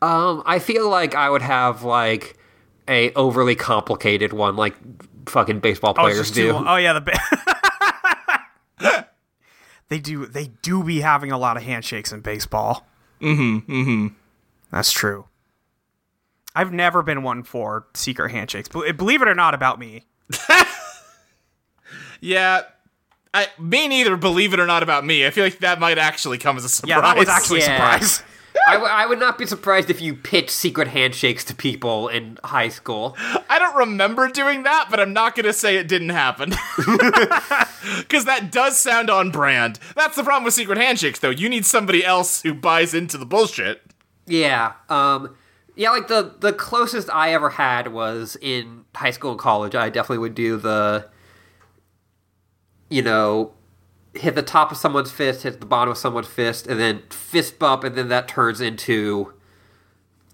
Um, I feel like I would have like a overly complicated one, like fucking baseball
Oh, it's
players
just too
do.
long. Oh yeah, the ba- they do. They do be having a lot of handshakes in baseball. Mm-hmm. Mm-hmm. That's true. I've never been one for secret handshakes. Bel- Believe it or not, about me.
Yeah. I, me neither, believe it or not about me. I feel like that might actually come as a surprise.
Yeah, that was actually
Yeah.
a surprise.
I, w- I would not be surprised if you pitched secret handshakes to people in high school.
I don't remember doing that, but I'm not going to say it didn't happen. Because that does sound on brand. That's the problem with secret handshakes, though. You need somebody else who buys into the bullshit.
Yeah. Um yeah, like the the closest I ever had was in high school and college. I definitely would do the you know, hit the top of someone's fist, hit the bottom of someone's fist, and then fist bump and then that turns into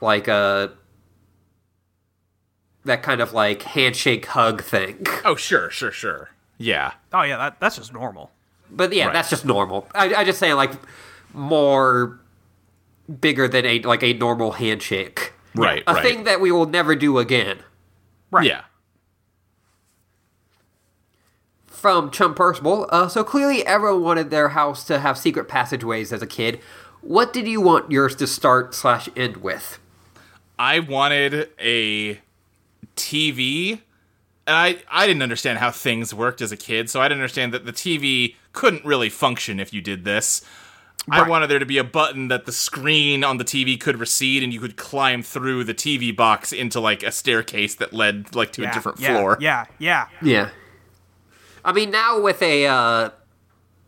like a that kind of like handshake hug thing.
Oh, sure, sure, sure. Yeah.
Oh yeah, that, that's just normal.
But yeah, that's just normal. I I just say like more bigger than a like a normal handshake.
Right,
A thing that we will never do again.
Right.
Yeah.
from Chum Percival. Uh, so clearly, everyone wanted their house to have secret passageways as a kid. What did you want yours to start slash end with?
I wanted a TV. And I, I didn't understand how things worked as a kid, so I didn't understand that the TV couldn't really function if you did this. I wanted there to be a button that the screen on the TV could recede and you could climb through the TV box into like a staircase that led like to
Yeah,
a different
yeah,
floor.
Yeah, yeah.
Yeah, I mean now with a uh,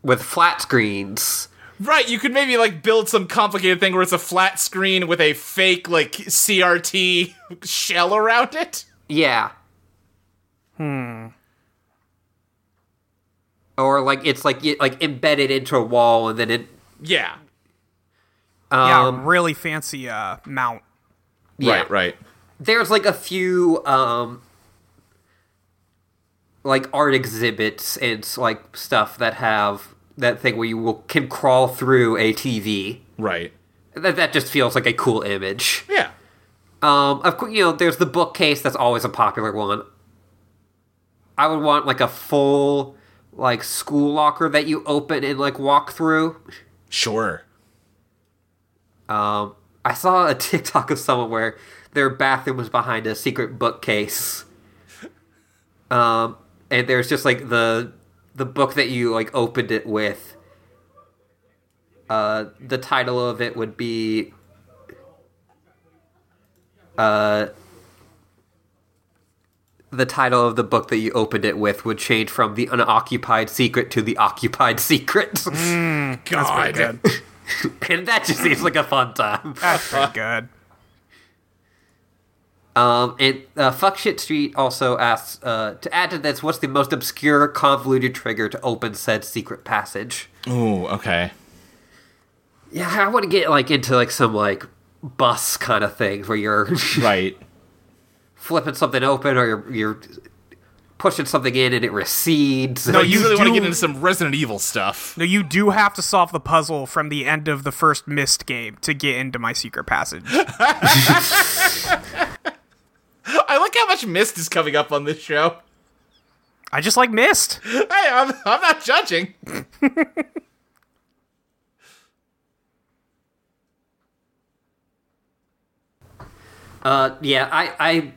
with flat screens.
Right, you could maybe like build some complicated thing where it's a flat screen with a fake like CRT shell around it.
Yeah. Hmm. Or like it's like y- like embedded into a wall, and then it.
Yeah.
Yeah,
Um,
really fancy uh, mount.
yeah.
Right, right.
there's like a few um like art exhibits and like stuff that have that thing where you will, can crawl through a TV.
Right.
That that just feels like a cool image.
Yeah.
Um, of course, you know, there's the bookcase that's always a popular one. I would want like a full like school locker that you open and like walk through.
Sure.
Um, I saw a TikTok of someone where their bathroom was behind a secret bookcase. Um, and there's just like the the book that you like opened it with. Uh, the title of it would be. Uh, the title of the book that you opened it with would change from the unoccupied secret to the occupied secret,
God.
Pretty good.
and that just seems like a fun time.
That's pretty good.
Um, and uh, Fuck Shit Street also asks uh, to add to this, what's the most obscure, convoluted trigger to open said secret passage?
Ooh, okay.
Yeah, I want to get like into like some like bus kind of things where you're
Right.
flipping something open or you're, you're pushing something in and it recedes.
No,
No,
you
you
really want to
do-
get into some Resident Evil stuff.
No, you do have to solve the puzzle from the end of the first missed game to get into my secret passage.
I like how much mist is coming up on this show.
I just like missed.
Hey, I'm, I'm not judging.
Uh, yeah, I, I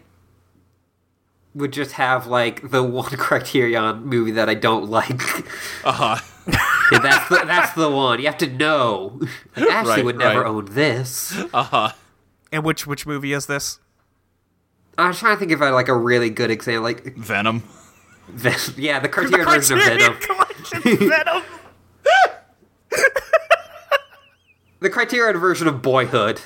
would just have like the one Criterion movie that I don't like.
Uh huh.
And that's the, that's the one you have to know. Like, Ashley
Right,
would never
right.
own this.
And which which movie is this?
I was trying to think if I had, like a really good example, like
Venom.
Ven- yeah, the Criterion version of Venom.
Collection Venom.
The Criterion version of Boyhood.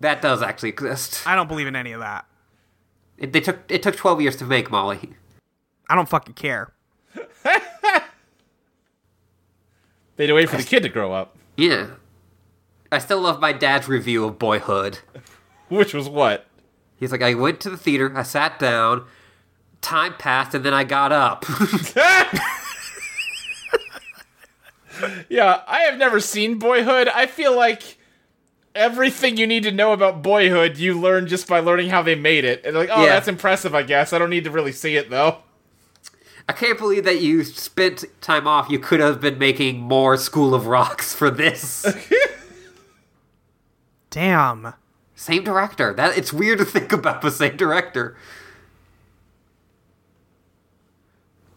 That does actually exist.
I don't believe in any of that.
It, they took it took twelve years to make Molly.
I don't fucking care.
They'd wait for the kid to grow up,
Yeah, I still love my dad's review of Boyhood.
which was what?
He's like, I went to the theater, I sat down, time passed, and then I got up.
Yeah, I have never seen Boyhood. I feel like everything you need to know about Boyhood you learn just by learning how they made it. And like, oh,
Yeah.
that's impressive, I guess. I don't need to really see it though.
I can't believe that you spent time off. You could have been making more School of Rocks for this.
Damn.
same director. That it's weird to think about the same director.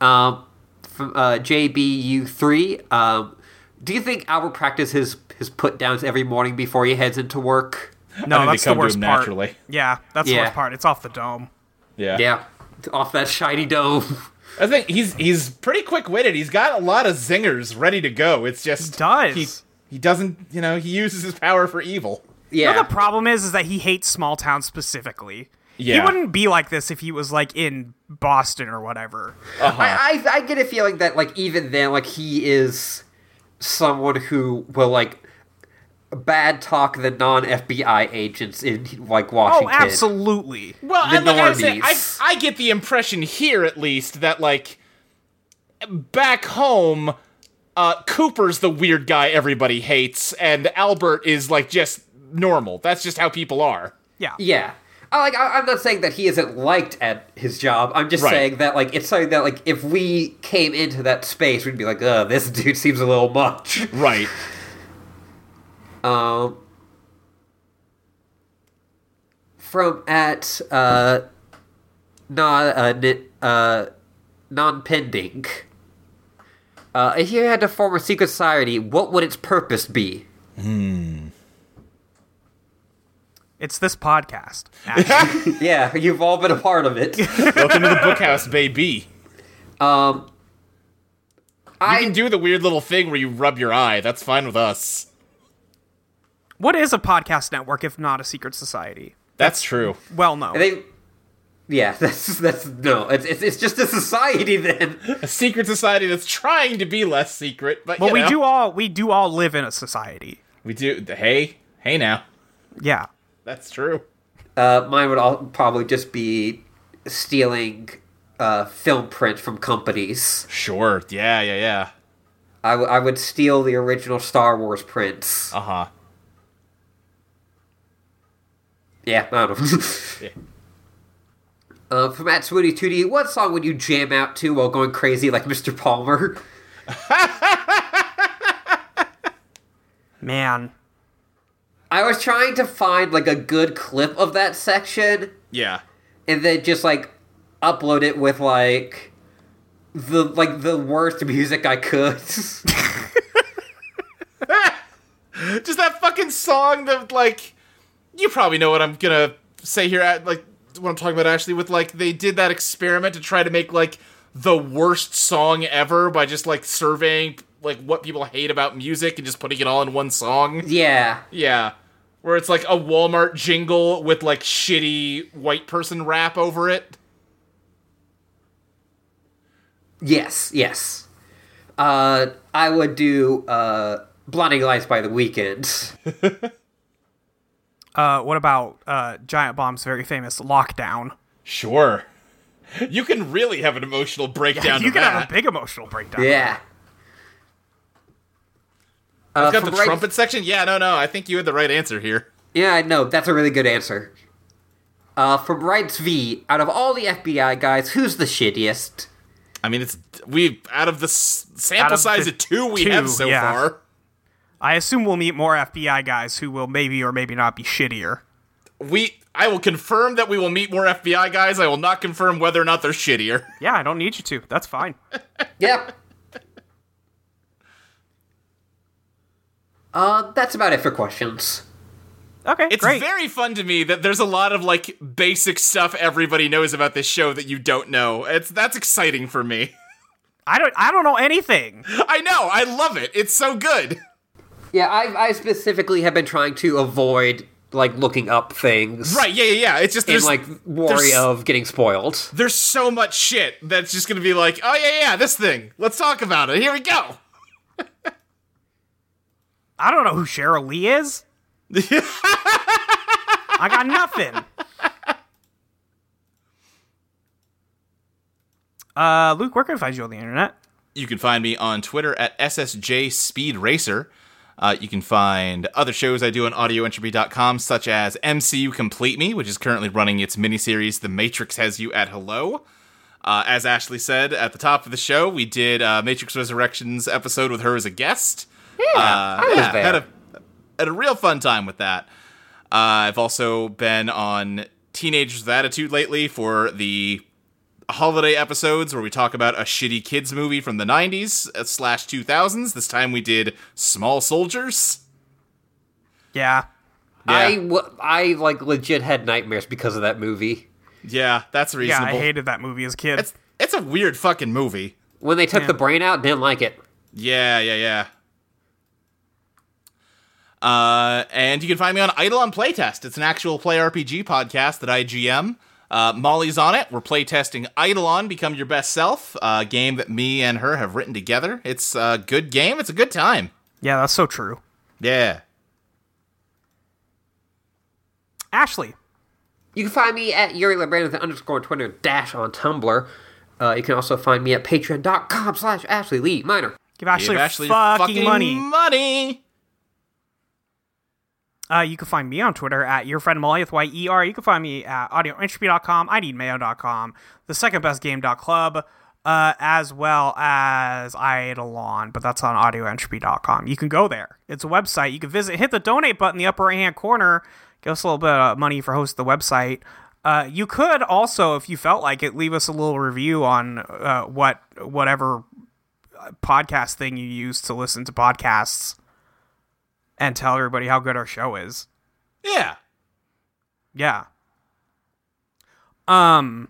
Um, from uh, JBU three. Um, do you think Albert practices his his put downs every morning before he heads into work?
No,
think they
that's
come
the
to
worst
him
part.
naturally.
Yeah, that's the
Yeah.
worst part. It's off the dome.
Yeah, off that shiny dome.
I think he's he's pretty quick witted. He's got a lot of zingers ready to go. It's just
does.
he, he doesn't you know he uses his power for evil.
Yeah,
The problem is, is that he hates small towns specifically. He
Yeah.
wouldn't be like this if he was like in Boston or whatever.
I, I I get a feeling that like even then like he is someone who will like bad talk the non FBI agents in like
Oh,
Washington.
absolutely.
Well,
the
and like I, was saying, I,
normies.
I get the impression here, at least, that like back home, uh, Cooper's the weird guy everybody hates, and Albert is like just normal. That's just how people are.
Yeah.
Yeah. I, like I, I'm not saying that he isn't liked at his job. I'm just
Right.
saying that like it's something that like if we came into that space, we'd be like, "Uh, this dude seems a little much."
Right.
Um, from at uh, non uh, ni- uh, non pending. Uh, if you had to form a secret society, what would its purpose be?
It's this podcast. actually.
Yeah, you've all been a part of it.
Welcome to the bookhouse, baby.
Um,
You
I
can do the weird little thing where you rub your eye. That's fine with us.
what is a podcast network if not a secret society?
That's true.
Well, no.
they, yeah, that's that's no, it's it's, it's just a society then.
A secret society that's trying to be less secret, but
well,
you
we
know.
do all we do all live in a society.
We do. Hey, hey now.
Yeah.
That's true.
Uh, mine would all probably just be stealing uh, film print from companies.
Sure. Yeah. Yeah. Yeah.
I, w- I would steal the original Star Wars prints.
Uh huh.
yeah, I don't know.
Yeah.
uh, from Matt Swoody 2D, what song would you jam out to while going crazy like Mr. Palmer?
Man.
I was trying to find like a good clip of that section
Yeah.
and then just like upload it with like the like the worst music I could.
Just that fucking song that like you probably know what I'm gonna say here at like what I'm talking about Ashley with like they did that experiment to try to make like the worst song ever by just like surveying like what people hate about music and just putting it all in one song.
yeah.
Yeah. where it's like a Walmart jingle with like shitty white person rap over it.
Yes, yes. Uh, I would do uh, Blinding Lights by the Weekend.
Uh, what about uh, Giant Bomb's very famous Lockdown?
Sure. You can really have an emotional breakdown.
you
to
can
that.
have a big emotional breakdown.
yeah. Uh,
uh,
It's got
from
the
right-
trumpet section? Yeah, no, no. I think you had the right answer here.
Yeah, I know. That's a really good answer. Uh, from Rights V, out of all the FBI guys, who's the shittiest?
I mean, it's we out of the s- sample
Out of
size
the
of two we
two,
have so
yeah.
far.
I assume we'll meet more FBI guys who will maybe or maybe not be shittier.
We, I will confirm that we will meet more FBI guys. I will not confirm whether or not they're shittier.
Yeah, I don't need you to. That's fine.
Yep. uh, that's about it for questions.
Okay,
It's
great.
very fun to me that there's a lot of like basic stuff everybody knows about this show that you don't know. It's that's exciting for me.
I don't. I don't know anything.
I know. I love it. It's so good.
Yeah, I, I specifically have been trying to avoid like looking up things,
Right? Yeah, yeah, yeah. It's just
And
there's
like worry
there's-
of getting spoiled.
There's so much shit that's just gonna be like, oh yeah, yeah, this thing. Let's talk about it. Here we go.
I don't know who Cheryl Lee is. I got nothing. Uh, Luke, where can I find you on the internet?
You can find me on Twitter at SSJ Speed Racer. Uh, you can find other shows I do on audioentropy.com, such as MCU Complete Me, which is currently running its miniseries The Matrix Has You at Hello. Uh, as Ashley said at the top of the show, we did uh, Matrix Resurrections episode with her as a guest. Yeah, uh,
was
yeah,
there.
Had a, had a real fun time with that. Uh, I've also been on Teenagers with Attitude lately for the holiday episodes where we talk about a shitty kids movie from the 90s slash 2000s. This time we did Small Soldiers.
Yeah.
I w- I like legit had nightmares because of that movie.
yeah, that's
Yeah,
reasonable.
I hated that movie as a kid.
it's it's a weird fucking movie.
When they took the brain out, didn't like it.
Yeah, yeah, yeah. Uh, and you can find me on Idle on Playtest. It's an actual play RPG podcast that I GM. Uh, Molly's on it. We're playtesting Eidolon Become Your Best Self, a game that me and her have written together. It's a good game. It's a good time.
yeah, that's so true.
Yeah.
Ashley,
You can find me at Yuri Lebrand with an underscore on Twitter dash on Tumblr. Uh, you can also find me at patreon.com slash Ashley Lee Minor.
give Ashley,
Give Ashley
fucking, money.
money.
Uh, you can find me on Twitter at your friend Molly with Y-E-R. You can find me at audioentropy.com, ideedmayo.com, the second best game.club, uh, as well as Eidolon, but that's on audioentropy.com. You can go there. It's a website. You can visit, hit the donate button in the upper right hand corner. Give us a little bit of money for hosting the website. Uh, you could also, if you felt like it, leave us a little review on uh, what whatever uh, podcast thing you use to listen to podcasts and tell everybody how good our show is.
Yeah.
Yeah. Um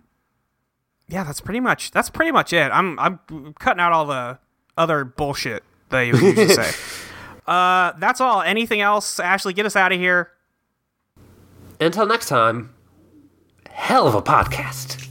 Yeah, that's pretty much that's pretty much it. I'm I'm cutting out all the other bullshit that you usually say. Uh that's all. Anything else? Ashley, get us out of here.
Until next time, hell of a podcast.